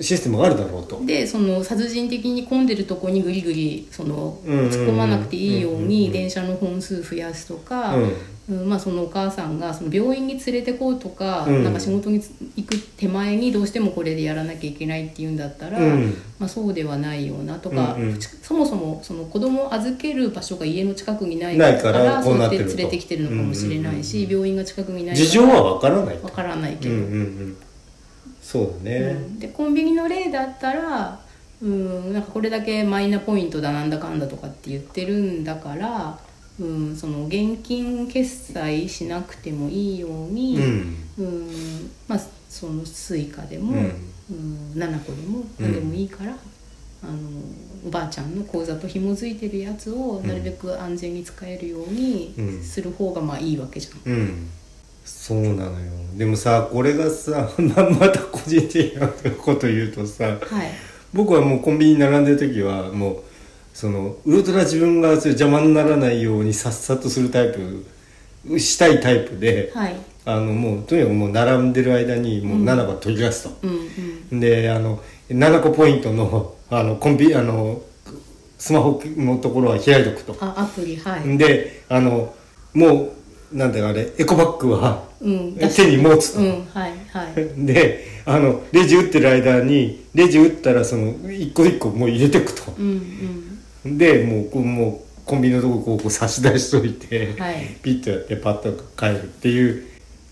[SPEAKER 1] システムがあるだろうと。
[SPEAKER 2] でその殺人的に混んでるとこにぐりぐりその
[SPEAKER 1] うんうんうん
[SPEAKER 2] 突っ込まなくていいよう
[SPEAKER 1] うんうんう
[SPEAKER 2] に
[SPEAKER 1] ん
[SPEAKER 2] 電車の本数増やすとか、
[SPEAKER 1] うん
[SPEAKER 2] うんまあ、そのお母さんがその病院に連れてこうとか,、
[SPEAKER 1] うん
[SPEAKER 2] なんか仕事に行く手前にどうしてもこれでやらなきゃいけないっていうんだったら、
[SPEAKER 1] うん
[SPEAKER 2] まあ、そうではないようなとか、
[SPEAKER 1] うんうん
[SPEAKER 2] ちそもそもその子供を預ける場所が家の近くにない
[SPEAKER 1] ないからこ
[SPEAKER 2] そうう
[SPEAKER 1] な
[SPEAKER 2] や
[SPEAKER 1] っ
[SPEAKER 2] ってて
[SPEAKER 1] ると
[SPEAKER 2] 連れてきてるのかもしれないし、
[SPEAKER 1] うんうんうん
[SPEAKER 2] 病院が近くにない
[SPEAKER 1] 事情はわからないと。
[SPEAKER 2] わからないけ
[SPEAKER 1] う
[SPEAKER 2] ど。
[SPEAKER 1] んうんうん。そうだね。
[SPEAKER 2] うんでコンビニの例だったらうんなんかこれだけマイナポイントだなんだかんだとかって言ってるんだからうんその現金決済しなくてもいいよう
[SPEAKER 1] う
[SPEAKER 2] に、
[SPEAKER 1] ん。
[SPEAKER 2] うんまあそのスイカで
[SPEAKER 1] う
[SPEAKER 2] も、
[SPEAKER 1] ん。
[SPEAKER 2] うん、7個でも何でもいいから、あのおばあちゃんの口座と紐づいてるやつをなるべく安全に使えるよう
[SPEAKER 1] うん
[SPEAKER 2] にする方がまあいいわけじゃん。
[SPEAKER 1] うん。そうなのよ。でもさ、これがさ、 ままた個人的なこと言うとさ、
[SPEAKER 2] はい、
[SPEAKER 1] 僕はもうコンビニに並んでる時はもうそのウルトラ自分がそういう邪魔にならないようにさっさとするタイプしたいタイプで、
[SPEAKER 2] はい
[SPEAKER 1] あのもうとにかくもう並んでる間にもう7個取り出すと。
[SPEAKER 2] うんうん
[SPEAKER 1] であの7個ポイントのあのコンビあのスマホのところは開いとくと。
[SPEAKER 2] あアプリはい、
[SPEAKER 1] であのもうなんだかあれエコバッグは
[SPEAKER 2] うん、
[SPEAKER 1] 手に持つと。
[SPEAKER 2] うんはいはい
[SPEAKER 1] であのレジ打ってる間にレジ打ったらその一個一個もう入れてくと、
[SPEAKER 2] うんうん
[SPEAKER 1] でもうこうもうコンビニのとここうこう差し出しといて、
[SPEAKER 2] はい
[SPEAKER 1] ピッとやってパッと帰るっていう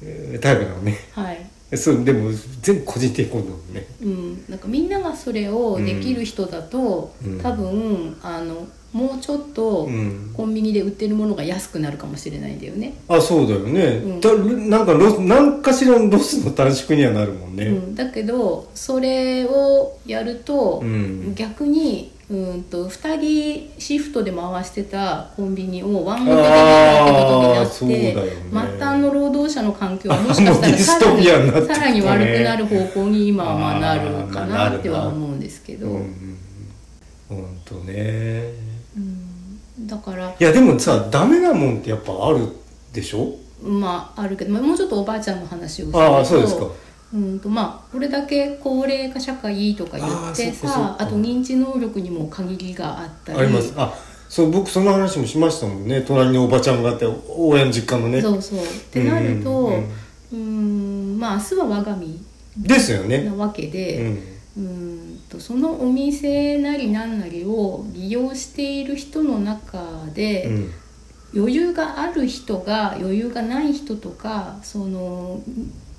[SPEAKER 1] えータイプなのね
[SPEAKER 2] はい
[SPEAKER 1] そうでも全部個人的なことなのね
[SPEAKER 2] うん、なんかみんながそれをできる人だと、
[SPEAKER 1] うん
[SPEAKER 2] 多分あのもうちょっと
[SPEAKER 1] うん
[SPEAKER 2] コンビニで売ってるものが安くなるかもしれないんだよね、
[SPEAKER 1] あそうだよね、
[SPEAKER 2] ん
[SPEAKER 1] だなんかロス何かしらのロスの短縮にはなるもん
[SPEAKER 2] う
[SPEAKER 1] ね、
[SPEAKER 2] ん、だけどそれをやると、
[SPEAKER 1] うん
[SPEAKER 2] 逆にうんと2人シフトで回してたコンビニをワンオペできないって
[SPEAKER 1] あー
[SPEAKER 2] ことになって、
[SPEAKER 1] そうだよね
[SPEAKER 2] 末端の労働者の環境はもしかし
[SPEAKER 1] あもうディストピ
[SPEAKER 2] た
[SPEAKER 1] アになってき
[SPEAKER 2] ら
[SPEAKER 1] たね
[SPEAKER 2] さらにさらに悪くなる方向に今はまあなるか
[SPEAKER 1] あーまあなるな
[SPEAKER 2] なっては思うんですけど、
[SPEAKER 1] うんうん本当ね
[SPEAKER 2] うんだから
[SPEAKER 1] いやでもさダメなもんってやっぱあるでしょ
[SPEAKER 2] まああるけどまあもうちょっとおばあちゃんの話をすると
[SPEAKER 1] ああそうですか
[SPEAKER 2] うんとまあこれだけ高齢化社会とか言って
[SPEAKER 1] ああそっかそっ
[SPEAKER 2] さ
[SPEAKER 1] か
[SPEAKER 2] あと認知能力にも限りがあったり
[SPEAKER 1] ありますあそう僕その話もしましたもんね隣におばちゃんがあってお親の実家のね
[SPEAKER 2] そうそうってなると
[SPEAKER 1] うんう
[SPEAKER 2] うんんまあ明日は我が身
[SPEAKER 1] ですよね
[SPEAKER 2] なわけ
[SPEAKER 1] う
[SPEAKER 2] で、
[SPEAKER 1] ん
[SPEAKER 2] うん、とそのお店なりなんなりを利用している人の中で、
[SPEAKER 1] うん
[SPEAKER 2] 余裕がある人が余裕がない人とかその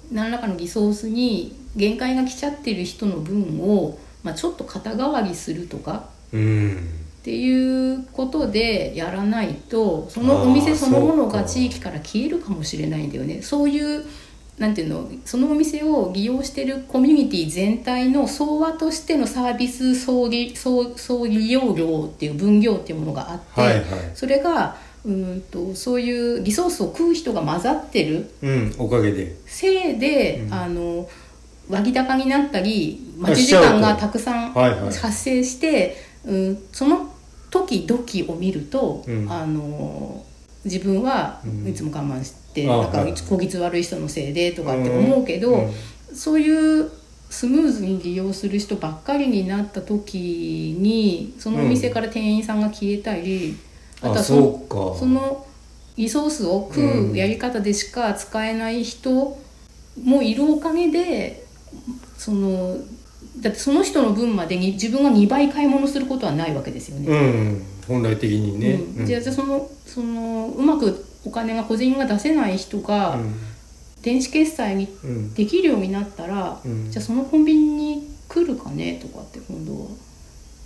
[SPEAKER 2] 何らかのリソースに限界が来ちゃってる人の分を、まあ、ちょっと肩代わりするとか
[SPEAKER 1] うん
[SPEAKER 2] っていうことでやらないとそのお店そのもの
[SPEAKER 1] あ
[SPEAKER 2] が
[SPEAKER 1] ーそうか
[SPEAKER 2] 地域から消えるかもしれないんだよねそういうなんていうのそのお店を利用してるコミュニティ全体の総和としてのサービス総利総総利用量っていう分業っていうものがあって、
[SPEAKER 1] はいはい
[SPEAKER 2] それがうーんとそういうリソースを食う人が混ざってる
[SPEAKER 1] うんおかげで
[SPEAKER 2] せいで、
[SPEAKER 1] うん
[SPEAKER 2] あの割高になったり待ち
[SPEAKER 1] し
[SPEAKER 2] 時
[SPEAKER 1] ちゃうと
[SPEAKER 2] 間がたくさん
[SPEAKER 1] はいはい
[SPEAKER 2] 発生して、うん、その時々を見ると、
[SPEAKER 1] うん
[SPEAKER 2] あの自分は
[SPEAKER 1] うん
[SPEAKER 2] いつも我慢して、
[SPEAKER 1] あ
[SPEAKER 2] だから
[SPEAKER 1] はい
[SPEAKER 2] こぎつ悪い人のせいでとかって思うけど、
[SPEAKER 1] うん
[SPEAKER 2] そういうスムーズに利用する人ばっかりになった時にそのお店から店員さんが消えたり、
[SPEAKER 1] あ
[SPEAKER 2] あとはその
[SPEAKER 1] そうか
[SPEAKER 2] そのリソースを食うやり方でしか使えない人もいるおかげでそのだってその人の分までに自分が2倍買い物することはないわけですよね。
[SPEAKER 1] うん本来的にね
[SPEAKER 2] うんじゃあじゃあそのそのうまくお金が個人が出せない人
[SPEAKER 1] う
[SPEAKER 2] が
[SPEAKER 1] ん
[SPEAKER 2] 電子決済に
[SPEAKER 1] うん
[SPEAKER 2] できるようになったら、
[SPEAKER 1] うん
[SPEAKER 2] じゃあそのコンビニに来るかねとかって今度は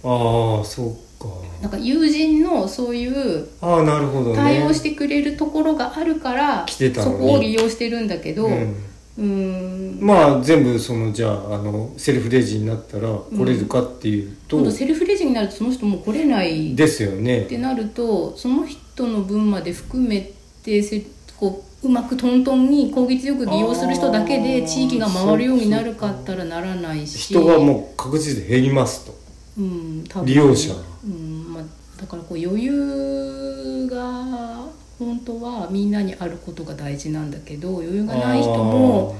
[SPEAKER 1] ああそうか
[SPEAKER 2] なんか友人のそういう
[SPEAKER 1] ああなるほどね
[SPEAKER 2] 対応してくれるところがあるから、
[SPEAKER 1] 来てたの
[SPEAKER 2] そ
[SPEAKER 1] に
[SPEAKER 2] こを利用してるんだけど、
[SPEAKER 1] うん
[SPEAKER 2] うーん
[SPEAKER 1] まあ全部そのじゃああのセルフレジになったら来れるかっていうと、
[SPEAKER 2] 今度セルフレジになるとその人もう来れないっ
[SPEAKER 1] ですよね
[SPEAKER 2] てなるとその人の分まで含めてせこううまくトントンに効率よく利用する人だけ
[SPEAKER 1] あー
[SPEAKER 2] で地域が回るようになるかったらならないし
[SPEAKER 1] 人がもう確実に減りますと
[SPEAKER 2] うん、多分
[SPEAKER 1] 利用者
[SPEAKER 2] うんまあ、だからこう余裕が本当はみんなにあることが大事なんだけど余裕がない人も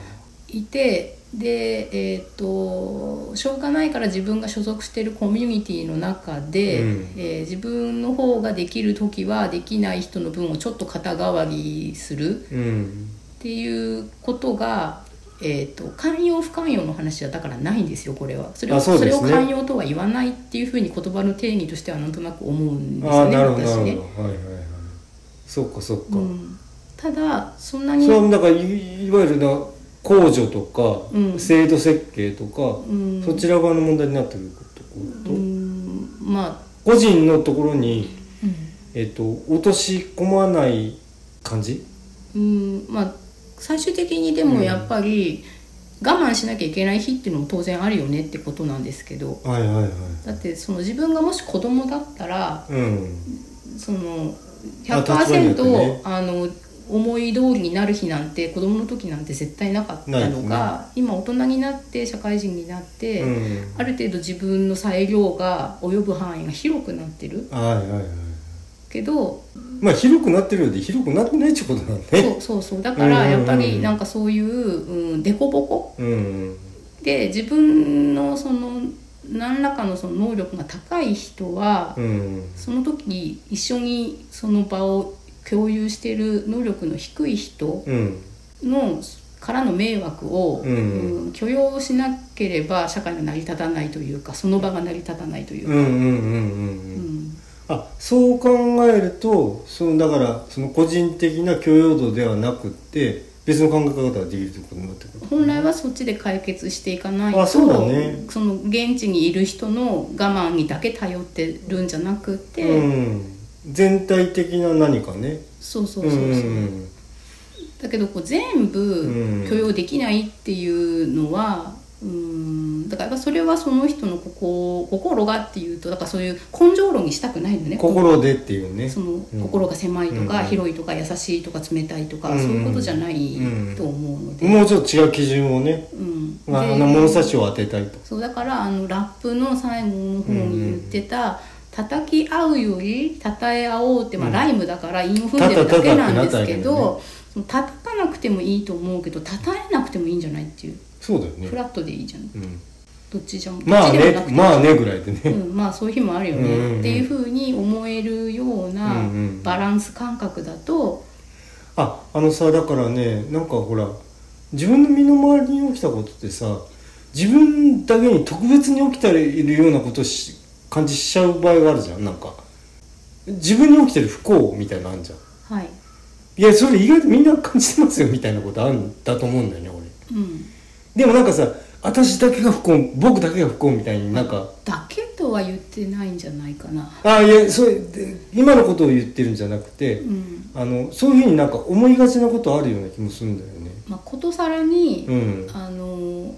[SPEAKER 2] いてでえっ、としょうがないから自分が所属しているコミュニティの中で、
[SPEAKER 1] うん
[SPEAKER 2] えー自分の方ができる時はできない人の分をちょっと肩代わりする
[SPEAKER 1] あーうん
[SPEAKER 2] っていうことが、えー、と寛容不寛容の話はだからないんですよこれはそれを
[SPEAKER 1] あそうですね
[SPEAKER 2] れを寛容とは言わないっていうふうに言葉の定義としてはなんとなく思うんです
[SPEAKER 1] あ
[SPEAKER 2] よ
[SPEAKER 1] ー
[SPEAKER 2] ね
[SPEAKER 1] なるほど
[SPEAKER 2] 私
[SPEAKER 1] なる
[SPEAKER 2] ね
[SPEAKER 1] ほ。どはいはいはいそっかそっか、
[SPEAKER 2] うん、ただそんなに
[SPEAKER 1] それはなんかいいわゆるな控除とか、
[SPEAKER 2] うん
[SPEAKER 1] 制度設計とか、
[SPEAKER 2] うん
[SPEAKER 1] そちら側の問題になってくることと、
[SPEAKER 2] うんまあ、
[SPEAKER 1] 個人のところに、
[SPEAKER 2] う
[SPEAKER 1] えっと落とし込まない感じ
[SPEAKER 2] んうんまあ最終的にでもやっぱり我慢しなきゃいけない日っていうのも当然あるよねってことなんですけど
[SPEAKER 1] はいはいはい
[SPEAKER 2] だってその自分がもし子供だったら
[SPEAKER 1] うん
[SPEAKER 2] その
[SPEAKER 1] まあ立場によって
[SPEAKER 2] 100%、
[SPEAKER 1] ね
[SPEAKER 2] あの思い通りになる日なんて子供の時なんて絶対なかった
[SPEAKER 1] ないで
[SPEAKER 2] の
[SPEAKER 1] すね
[SPEAKER 2] が、今大人になって社会人になって、
[SPEAKER 1] うん
[SPEAKER 2] ある程度自分の裁量が及ぶ範囲が広くなってる
[SPEAKER 1] はいはいはい
[SPEAKER 2] けど
[SPEAKER 1] まあ広くなってるようで広くなってないってことなんだ
[SPEAKER 2] そ
[SPEAKER 1] ね
[SPEAKER 2] うそうそうだから
[SPEAKER 1] うんうんうん
[SPEAKER 2] やっぱりなんかそういう、うん、凸凹
[SPEAKER 1] うん
[SPEAKER 2] で自分のその何らかのその能力が高い人は、
[SPEAKER 1] うん
[SPEAKER 2] その時一緒にその場を共有している能力の低い人
[SPEAKER 1] うん
[SPEAKER 2] のからの迷惑を、
[SPEAKER 1] うん
[SPEAKER 2] うん許容しなければ社会が成り立たないというかその場が成り立たないという
[SPEAKER 1] うんうんう
[SPEAKER 2] か。
[SPEAKER 1] んうんうんあそう考えるとそのだからその個人的な許容度ではなくって別の考え方ができるってことになってくる
[SPEAKER 2] 本来はそっちで解決していかない
[SPEAKER 1] あ
[SPEAKER 2] と
[SPEAKER 1] そうだね
[SPEAKER 2] その現地にいる人の我慢にだけ頼ってるんじゃなくて、
[SPEAKER 1] うん、全体的な何かね
[SPEAKER 2] そうそうそうそう、
[SPEAKER 1] ん
[SPEAKER 2] だけどこう全
[SPEAKER 1] う
[SPEAKER 2] 部
[SPEAKER 1] ん
[SPEAKER 2] 許容できないっていうのはうんだからそれはその人のここ心がっていうとだからそういう根性論にしたくないのね
[SPEAKER 1] 心でっていうね
[SPEAKER 2] その
[SPEAKER 1] うん
[SPEAKER 2] 心が狭いとか、
[SPEAKER 1] うん
[SPEAKER 2] 広いとか優しいとか冷たいとか、
[SPEAKER 1] うん
[SPEAKER 2] そういうことじゃないと思うので、
[SPEAKER 1] もうちょっと違う基準をね、
[SPEAKER 2] うん
[SPEAKER 1] まあ、
[SPEAKER 2] で
[SPEAKER 1] あの物差しを当てたいと
[SPEAKER 2] そうだからあのラップの最後の方に言ってた、叩き合うより叩え合おうって、まあ
[SPEAKER 1] うん
[SPEAKER 2] ライムだから韻を踏んでるだけなんですけど
[SPEAKER 1] た
[SPEAKER 2] その叩かなくてもいいと思うけど叩えなくてもいいんじゃないっていう、
[SPEAKER 1] そうだよね
[SPEAKER 2] フラットでいいじゃん
[SPEAKER 1] うん、
[SPEAKER 2] どっちじゃんどっ
[SPEAKER 1] まあ
[SPEAKER 2] ちでも
[SPEAKER 1] ね
[SPEAKER 2] なくても
[SPEAKER 1] まあねぐらいで
[SPEAKER 2] う
[SPEAKER 1] ね、
[SPEAKER 2] ん、まあそういう日もあるよね、
[SPEAKER 1] うんうん
[SPEAKER 2] っていうふうに思えるような
[SPEAKER 1] うんうん
[SPEAKER 2] バランス感覚だと、
[SPEAKER 1] ああのさだからねなんかほら自分の身の回りに起きたことってさ自分だけに特別に起きているようなことをし感じしちゃう場合があるじゃんなんか自分に起きてる不幸みたいなのあるじゃん
[SPEAKER 2] はい、
[SPEAKER 1] いやそれ意外とみんな感じてますよみたいなことあるんだと思うんだよね俺
[SPEAKER 2] うん、
[SPEAKER 1] でもなんかさ私だけが不幸僕だけが不幸みたいになんか
[SPEAKER 2] だけとは言ってないんじゃないかな、
[SPEAKER 1] ああいやそれで今のことを言ってるんじゃなくて、
[SPEAKER 2] うん
[SPEAKER 1] あのそういうふうになんか思いがちなことあるような気もするんだよね
[SPEAKER 2] まあ、ことさらに、
[SPEAKER 1] うん
[SPEAKER 2] あの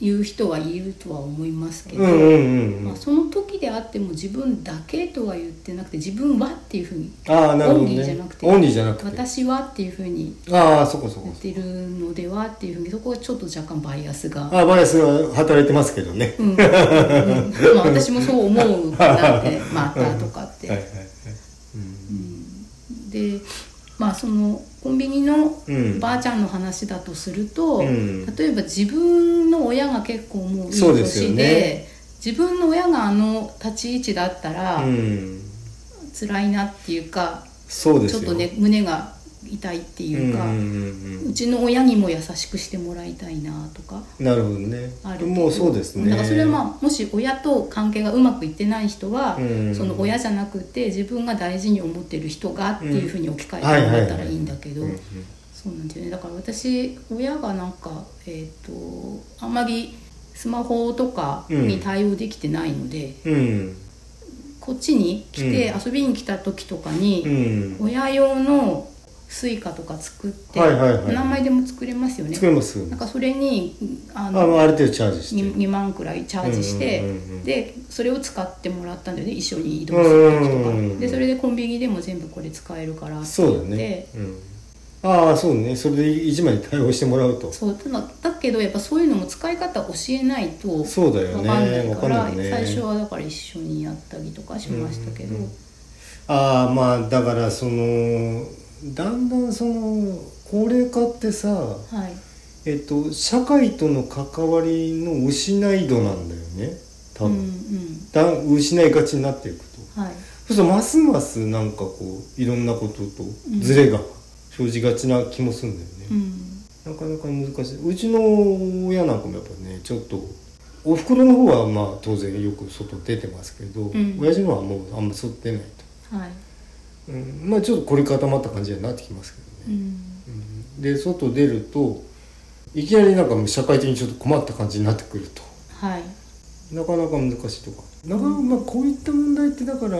[SPEAKER 2] 言う人はいるとは思いますけど、
[SPEAKER 1] うんうんうんう
[SPEAKER 2] ま
[SPEAKER 1] ん
[SPEAKER 2] あ、その時であっても自分だけとは言ってなくて自分はっていうふうに
[SPEAKER 1] ああなるほど
[SPEAKER 2] オンリーじゃ
[SPEAKER 1] ね
[SPEAKER 2] なくて
[SPEAKER 1] オンリーじゃなくて
[SPEAKER 2] 私はっていうふうに
[SPEAKER 1] ああそこそこ
[SPEAKER 2] 言ってるのではっていうふうにそこはちょっと若干バイアスが。
[SPEAKER 1] ああバイアスが働いてますけどね
[SPEAKER 2] うんうんまあ、私もそう思うなって「また」とかって、
[SPEAKER 1] はいはいはい
[SPEAKER 2] でまあそのコンビニの
[SPEAKER 1] うん
[SPEAKER 2] ばあちゃんの話だとすると、
[SPEAKER 1] うん
[SPEAKER 2] 例えば自分の親が結構もういい
[SPEAKER 1] そうですよ
[SPEAKER 2] 年で
[SPEAKER 1] ね
[SPEAKER 2] 自分の親があの立ち位置だったら
[SPEAKER 1] うん
[SPEAKER 2] 辛いなっていうか、
[SPEAKER 1] そうです
[SPEAKER 2] ちょ
[SPEAKER 1] よ
[SPEAKER 2] っとね胸が痛いって
[SPEAKER 1] う
[SPEAKER 2] い
[SPEAKER 1] ん
[SPEAKER 2] う
[SPEAKER 1] うん
[SPEAKER 2] か、
[SPEAKER 1] う
[SPEAKER 2] うんちの親にも優しくしてもらいたいなとか。
[SPEAKER 1] うんなるほどね
[SPEAKER 2] あるけど
[SPEAKER 1] もうそうですね
[SPEAKER 2] だからそれはまあもし親と関係がうまくいってない人は、
[SPEAKER 1] うん
[SPEAKER 2] その親じゃなくて自分が大事に思ってる人がっていうふうに置き換えてもらったらいいんだけど、
[SPEAKER 1] うんうん
[SPEAKER 2] そうなんだよねだから私親がなんかえっ、とあんまりスマホとかに対応できてないので、
[SPEAKER 1] うん
[SPEAKER 2] こっちに来て
[SPEAKER 1] う
[SPEAKER 2] 遊びに来た時とか
[SPEAKER 1] う
[SPEAKER 2] に、
[SPEAKER 1] ん
[SPEAKER 2] 親用のスイカとか作って、
[SPEAKER 1] はいはいはい
[SPEAKER 2] 何枚でも作れますよね
[SPEAKER 1] 作れます
[SPEAKER 2] なんかそれにあ
[SPEAKER 1] あ
[SPEAKER 2] の
[SPEAKER 1] のある程度チャージして
[SPEAKER 2] 2, 万くらいチャージして、
[SPEAKER 1] うんうんうんうん
[SPEAKER 2] でそれを使ってもらったんだよね一緒に移動する時とか、
[SPEAKER 1] うんうんうん
[SPEAKER 2] でそれでコンビニでも全部これ使えるからって
[SPEAKER 1] そう
[SPEAKER 2] 言
[SPEAKER 1] だ
[SPEAKER 2] って
[SPEAKER 1] ね、うん、ああそうねそれで一枚対応してもらうと
[SPEAKER 2] そうただだけどやっぱそういうのも使い方教えないと分
[SPEAKER 1] そうだよね
[SPEAKER 2] かんない
[SPEAKER 1] わ
[SPEAKER 2] か
[SPEAKER 1] かん
[SPEAKER 2] ら
[SPEAKER 1] ないね
[SPEAKER 2] 最初はだから一緒にやったりとかしましたけど、
[SPEAKER 1] うんうんうんああまあだからそのだんだんその高齢化ってさ、
[SPEAKER 2] はい
[SPEAKER 1] えっと、社会との関わりの失い度なんだよね多
[SPEAKER 2] うんう
[SPEAKER 1] 分、
[SPEAKER 2] ん
[SPEAKER 1] だん失いがちになっていくと
[SPEAKER 2] は
[SPEAKER 1] そ
[SPEAKER 2] い
[SPEAKER 1] うするとますますなんかこういろんなこととズレが生じがちな気もするんだよね、
[SPEAKER 2] うん
[SPEAKER 1] なかなか難しいうちの親なんかもやっぱねちょっとおふくろの方はまあ当然よく外出てますけど、
[SPEAKER 2] ん
[SPEAKER 1] 親父の方はもうあんま外出ない
[SPEAKER 2] はい
[SPEAKER 1] と、うん、まあちょっと凝り固まった感じになってきますけどね
[SPEAKER 2] うん
[SPEAKER 1] で外出るといきなりなんか社会的にちょっと困った感じになってくると
[SPEAKER 2] はい
[SPEAKER 1] なかなか難しいとかなかなかまあこういった問題ってだから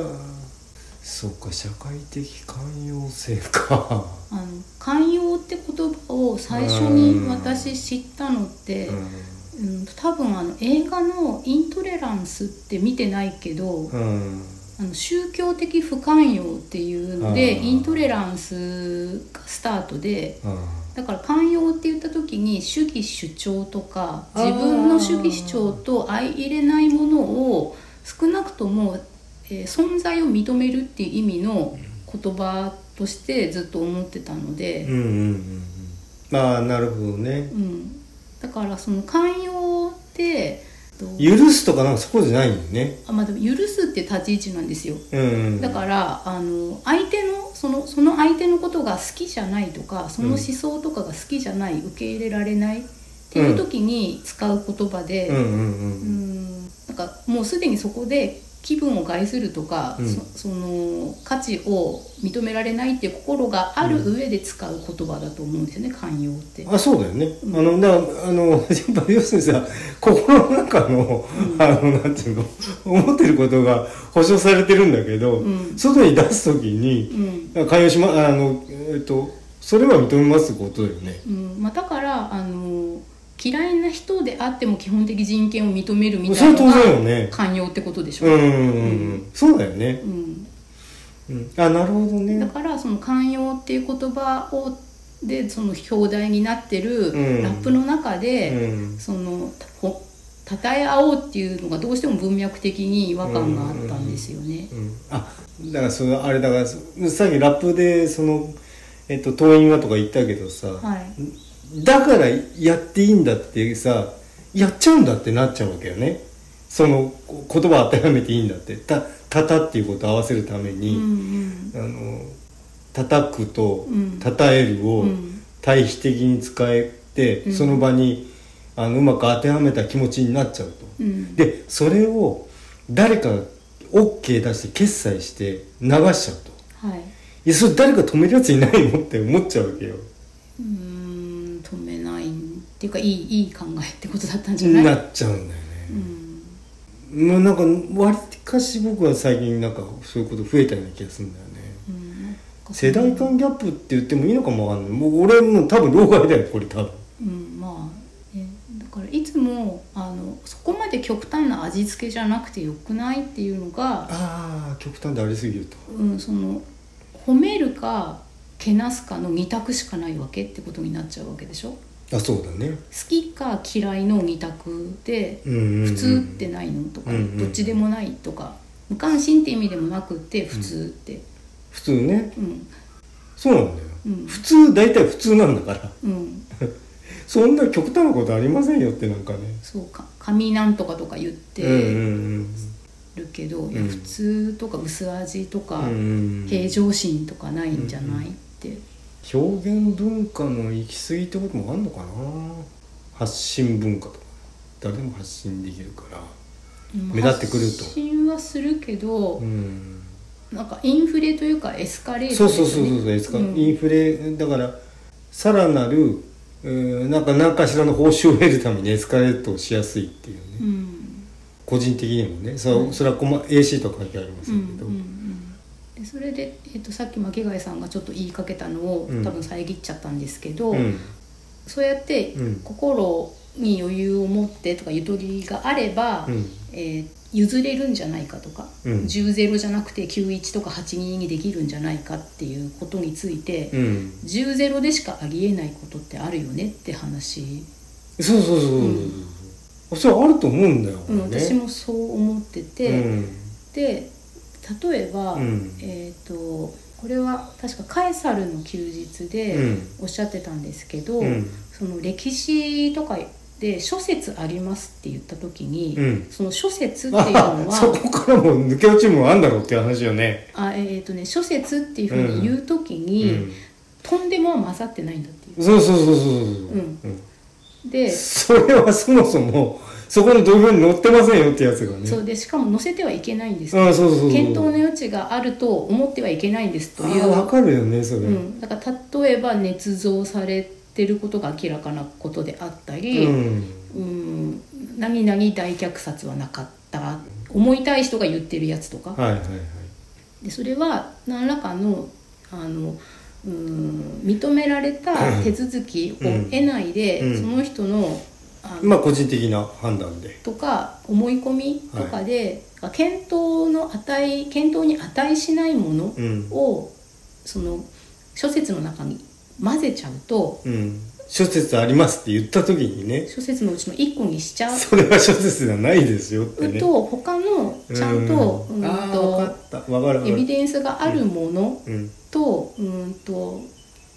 [SPEAKER 1] そうか社会的寛容性か、
[SPEAKER 2] あの寛容って言葉を最初に私知ったのって、うん、多分あの映画の「イントレランス」って見てないけど、
[SPEAKER 1] うん
[SPEAKER 2] あの宗教的不寛容っていうので
[SPEAKER 1] あー
[SPEAKER 2] イントレランスがスタートで
[SPEAKER 1] うん
[SPEAKER 2] だから寛容って言った時に主義主張とか自分の主義主張と相入れないものを少なくとも、えー存在を認めるっていう意味の言葉としてずっと思ってたので。
[SPEAKER 1] うんうんうんうんまあなるほどね
[SPEAKER 2] うん、だからその寛容ってと
[SPEAKER 1] 許すとかなんかそこじゃないんだよね
[SPEAKER 2] あ、まあ、でも許すって立ち位置なんですよ
[SPEAKER 1] うんうん
[SPEAKER 2] だからあの相手のそのその相手のことが好きじゃないとかその思想とかが好きじゃない、受け入れられないっていう時に使う言葉で、
[SPEAKER 1] うんうんう
[SPEAKER 2] うんんなんかもうすでにそこで気分を害するとか、
[SPEAKER 1] うん
[SPEAKER 2] そその価値を認められないっていう心がある上で使う言葉だと思うんですよね寛容って。
[SPEAKER 1] あそうだよね、
[SPEAKER 2] うん
[SPEAKER 1] あのだからあの やっぱ要するにさ心の中の、あのなんていうの思ってることが保証されてるんだけど、
[SPEAKER 2] うん
[SPEAKER 1] 外に出す時に
[SPEAKER 2] うん
[SPEAKER 1] 関与しまあのえっとそれは認めますってことだよね
[SPEAKER 2] うんまあ、だからあの嫌いな人であっても基本的人権を認めるみ
[SPEAKER 1] そ
[SPEAKER 2] た
[SPEAKER 1] れ
[SPEAKER 2] いな
[SPEAKER 1] 当
[SPEAKER 2] の
[SPEAKER 1] 然よ
[SPEAKER 2] が
[SPEAKER 1] ね
[SPEAKER 2] 寛容ってことでし
[SPEAKER 1] うん
[SPEAKER 2] ょ、
[SPEAKER 1] うんうんうんそうだよね
[SPEAKER 2] う、ん
[SPEAKER 1] うん、あなるほど
[SPEAKER 2] だ
[SPEAKER 1] ね
[SPEAKER 2] からその寛容っていう言葉をでその表題になってる
[SPEAKER 1] うん
[SPEAKER 2] ラップの中
[SPEAKER 1] う
[SPEAKER 2] で、
[SPEAKER 1] ん
[SPEAKER 2] そのたほ称え合おうっていうのがどうしても文脈的に違和感があったんですよね。
[SPEAKER 1] うんあだからそのあれだからそさっきラップでその、えっと、党員がとか言ったけどさ、
[SPEAKER 2] はい、
[SPEAKER 1] だからやっていいんだってさやっちゃうんだってなっちゃうわけよねそのこ言葉当てはめていいんだってた「たた」っていうことを合わせるため
[SPEAKER 2] うん
[SPEAKER 1] に、あの叩くと
[SPEAKER 2] うん
[SPEAKER 1] 「たたえる」
[SPEAKER 2] うん
[SPEAKER 1] を
[SPEAKER 2] うん
[SPEAKER 1] 対比的に使えて、
[SPEAKER 2] うん
[SPEAKER 1] その場にあのうまく当てはめた気持ちになっちゃうと。
[SPEAKER 2] うん
[SPEAKER 1] でそれを誰かが OK 出して決済して流しちゃうと。
[SPEAKER 2] はい、
[SPEAKER 1] いやそれ誰か止めるやついないのって思っちゃうわけよ。
[SPEAKER 2] うーん止めないっていうかいいいい考えってことだったんじゃない
[SPEAKER 1] なっちゃうんだよね。
[SPEAKER 2] うん
[SPEAKER 1] もうなんか割かし僕は最近なんかそういうこと増えたような気がするんだよね
[SPEAKER 2] うんなんか
[SPEAKER 1] 世代間ギャップって言ってもいいのかもわかんないもう俺もう多分老害だよこれ多分
[SPEAKER 2] うんまあねだからいつもあのそこまで極端な味付けじゃなくてよくないっていうのが、
[SPEAKER 1] ああ極端でありすぎると
[SPEAKER 2] うん、その褒めるかけなすかの二択しかないわけってことになっちゃうわけでしょ好
[SPEAKER 1] あそうだね
[SPEAKER 2] きか嫌いの二択で
[SPEAKER 1] うんうん、うん、
[SPEAKER 2] 普通ってないのとか、
[SPEAKER 1] うんうん
[SPEAKER 2] どっちでもないとか無関心って意味でもなくって普通って、
[SPEAKER 1] 普通ね
[SPEAKER 2] うん
[SPEAKER 1] そうなんだよ、
[SPEAKER 2] うん
[SPEAKER 1] 普通大体普通なんだから
[SPEAKER 2] うん、
[SPEAKER 1] そんな極端なことありませんよってなんかね
[SPEAKER 2] そうか紙なんとかとか言っ
[SPEAKER 1] うん
[SPEAKER 2] てるけど、いや
[SPEAKER 1] うん
[SPEAKER 2] 普通とか薄味とか、
[SPEAKER 1] うんうんうん
[SPEAKER 2] 平常心とかないんじゃないって、
[SPEAKER 1] 表現文化の行き過ぎってこともあんのかな発信文化とか誰でも発信できるから目立ってくると
[SPEAKER 2] 発信はするけど、
[SPEAKER 1] うん
[SPEAKER 2] なんかインフレというかエスカレート
[SPEAKER 1] そうそうそうそうそうですか、
[SPEAKER 2] うん
[SPEAKER 1] インフレだからさらなる、えーなんか何かしらの報酬を得るためにエスカレートをしやすいっていうね、
[SPEAKER 2] うん
[SPEAKER 1] 個人的にもねそ,、
[SPEAKER 2] うん
[SPEAKER 1] それはこま AC とか書いてありま
[SPEAKER 2] う
[SPEAKER 1] す
[SPEAKER 2] んう
[SPEAKER 1] け
[SPEAKER 2] ん
[SPEAKER 1] ど、
[SPEAKER 2] うんでそれで、えっとさっき巻貝さんがちょっと言いかけたのを、
[SPEAKER 1] うん
[SPEAKER 2] 多分遮っちゃったんですけど、
[SPEAKER 1] うん
[SPEAKER 2] そうやって
[SPEAKER 1] うん
[SPEAKER 2] 心に余裕を持ってとかゆとりがあれば、
[SPEAKER 1] うん
[SPEAKER 2] えー譲れるんじゃないかとか、
[SPEAKER 1] うん
[SPEAKER 2] 10-0じゃなくて9-1とか8-2にできるんじゃないかっていうことについて、
[SPEAKER 1] うん
[SPEAKER 2] 10ゼロでしかありえないことってあるよねって話、
[SPEAKER 1] そうそうそうそう、それはあると思うんだよ、
[SPEAKER 2] うん
[SPEAKER 1] 俺ね
[SPEAKER 2] 私もそう思ってて、
[SPEAKER 1] うん
[SPEAKER 2] で例えば、
[SPEAKER 1] うん
[SPEAKER 2] えっ、とこれは確かカエサルの休日
[SPEAKER 1] う
[SPEAKER 2] で
[SPEAKER 1] ん
[SPEAKER 2] おっしゃってたんですけど、
[SPEAKER 1] うん
[SPEAKER 2] その歴史とかで諸説ありますって言った時に、
[SPEAKER 1] うん
[SPEAKER 2] その諸説っていうの
[SPEAKER 1] あ そ
[SPEAKER 2] は
[SPEAKER 1] こからも抜け落ちもあんだろうっていう話よね。
[SPEAKER 2] あえっ、とね諸説っていうふうに言う時
[SPEAKER 1] う
[SPEAKER 2] に、
[SPEAKER 1] ん、
[SPEAKER 2] とんでもは混ざってないんだってい
[SPEAKER 1] そうそうそうそうそう、
[SPEAKER 2] ん
[SPEAKER 1] うん
[SPEAKER 2] うで
[SPEAKER 1] それはそもそもそこの動画に載ってませんよってやつがね。
[SPEAKER 2] そうでしかも載せてはいけないんです
[SPEAKER 1] あそうそうそう
[SPEAKER 2] 検討の余地があると思ってはいけないんですとい
[SPEAKER 1] あわ
[SPEAKER 2] う、
[SPEAKER 1] かるよねそれ。
[SPEAKER 2] うん、だから例えば捏造されてることが明らかなことであったり、
[SPEAKER 1] うん
[SPEAKER 2] うん何々大虐殺はなかった思いたい人が言ってるやつとか、
[SPEAKER 1] はいはいはい。
[SPEAKER 2] でそれは何らかのあのうん認められた手続きを得ないで、
[SPEAKER 1] うんうん
[SPEAKER 2] その人のあの
[SPEAKER 1] まあ個人的な判断で。
[SPEAKER 2] とか思い込みとかで、検討の値検討に値しないもの
[SPEAKER 1] うん
[SPEAKER 2] を、その諸説の中に混ぜちゃうと
[SPEAKER 1] うん。諸説ありますって言った時にね、
[SPEAKER 2] 諸説のうちの1個にしちゃう
[SPEAKER 1] それは諸説じゃないですよってね。
[SPEAKER 2] と他のちゃんと,、
[SPEAKER 1] う
[SPEAKER 2] うんん、
[SPEAKER 1] ああわか
[SPEAKER 2] と
[SPEAKER 1] ったわかるわか
[SPEAKER 2] エビ
[SPEAKER 1] る。
[SPEAKER 2] デンスがあるもの
[SPEAKER 1] うん。
[SPEAKER 2] と,、うん、と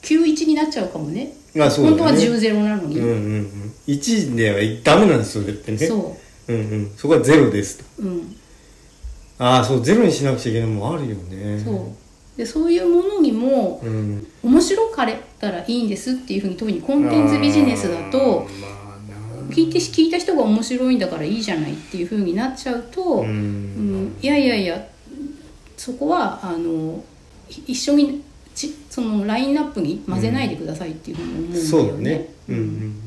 [SPEAKER 2] 91になっちゃうかもね
[SPEAKER 1] あそうだね
[SPEAKER 2] 本当は10-0なのに、
[SPEAKER 1] うんうんうん。一ではダメなんですよそれってね。
[SPEAKER 2] そ
[SPEAKER 1] うんうん。そこはゼロですと。
[SPEAKER 2] う、うん、
[SPEAKER 1] ああそうゼロにしなくちゃいけないもんあるよね。
[SPEAKER 2] そうでそういうものにも、
[SPEAKER 1] うん。
[SPEAKER 2] 面白かれたらいいんですっていうふうに特にコンテンツビジネスだと
[SPEAKER 1] あー、
[SPEAKER 2] 聞いて聞いた人が面白いんだからいいじゃないっていうふうになっちゃう
[SPEAKER 1] ま
[SPEAKER 2] と、
[SPEAKER 1] あなう
[SPEAKER 2] うんんいやいやいやそこはあのい一緒にちそのラインナップに混ぜないでくださいっていうふうに思うんだよね。
[SPEAKER 1] そうだね。うんうん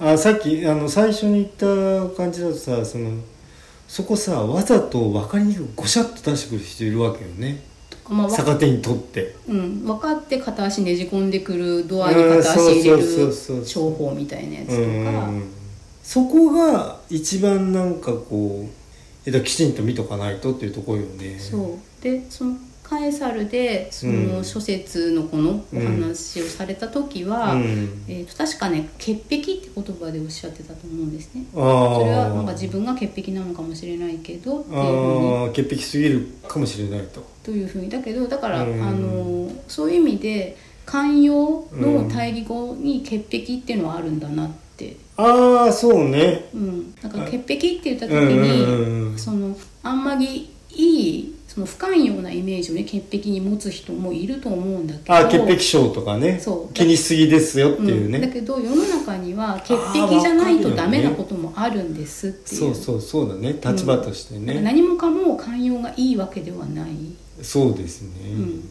[SPEAKER 1] うん。あさっきあの最初に言った感じだとさそのそこさわざと分かりにくくごしゃっと出してくる人いるわけよね
[SPEAKER 2] まあわ
[SPEAKER 1] 逆手にとって。
[SPEAKER 2] うん、分かって片足ねじ込んでくるドアに片足入れ
[SPEAKER 1] うんそうそう
[SPEAKER 2] る
[SPEAKER 1] そうそう
[SPEAKER 2] 商法みたいなやつと
[SPEAKER 1] うんうんう
[SPEAKER 2] か
[SPEAKER 1] んそこが一番なんかこう、えっと、きちんと見とかないとっていうところよね。
[SPEAKER 2] そうでそのカエサルでその諸説のこのお話をされた時は、
[SPEAKER 1] うん、
[SPEAKER 2] えー、と確かね潔癖って言葉でおっしゃってたと思うんですね
[SPEAKER 1] あー
[SPEAKER 2] それはなんか自分が潔癖なのかもしれないけどっていうふうに
[SPEAKER 1] あー潔癖すぎるかもしれないと。
[SPEAKER 2] というふうにだけどだから、
[SPEAKER 1] うん
[SPEAKER 2] あのそういう意味で寛容の対義語に潔癖っていうのはあるんだなって、
[SPEAKER 1] ああそうね。
[SPEAKER 2] うん、なんか潔癖って言った時
[SPEAKER 1] うんうんうんう
[SPEAKER 2] に
[SPEAKER 1] ん
[SPEAKER 2] そのあんまりいいその不寛容なイメージをね潔癖に持つ人もいると思うんだけど
[SPEAKER 1] あー潔癖症とかね
[SPEAKER 2] そう
[SPEAKER 1] 気にしすぎですよっていうね。
[SPEAKER 2] ん、だけど世の中には潔癖じゃないとダメなこともあるんですっていう
[SPEAKER 1] そうそうそうだね立場としてね、
[SPEAKER 2] 何もかも寛容がいいわけではない、
[SPEAKER 1] そうですね、
[SPEAKER 2] ん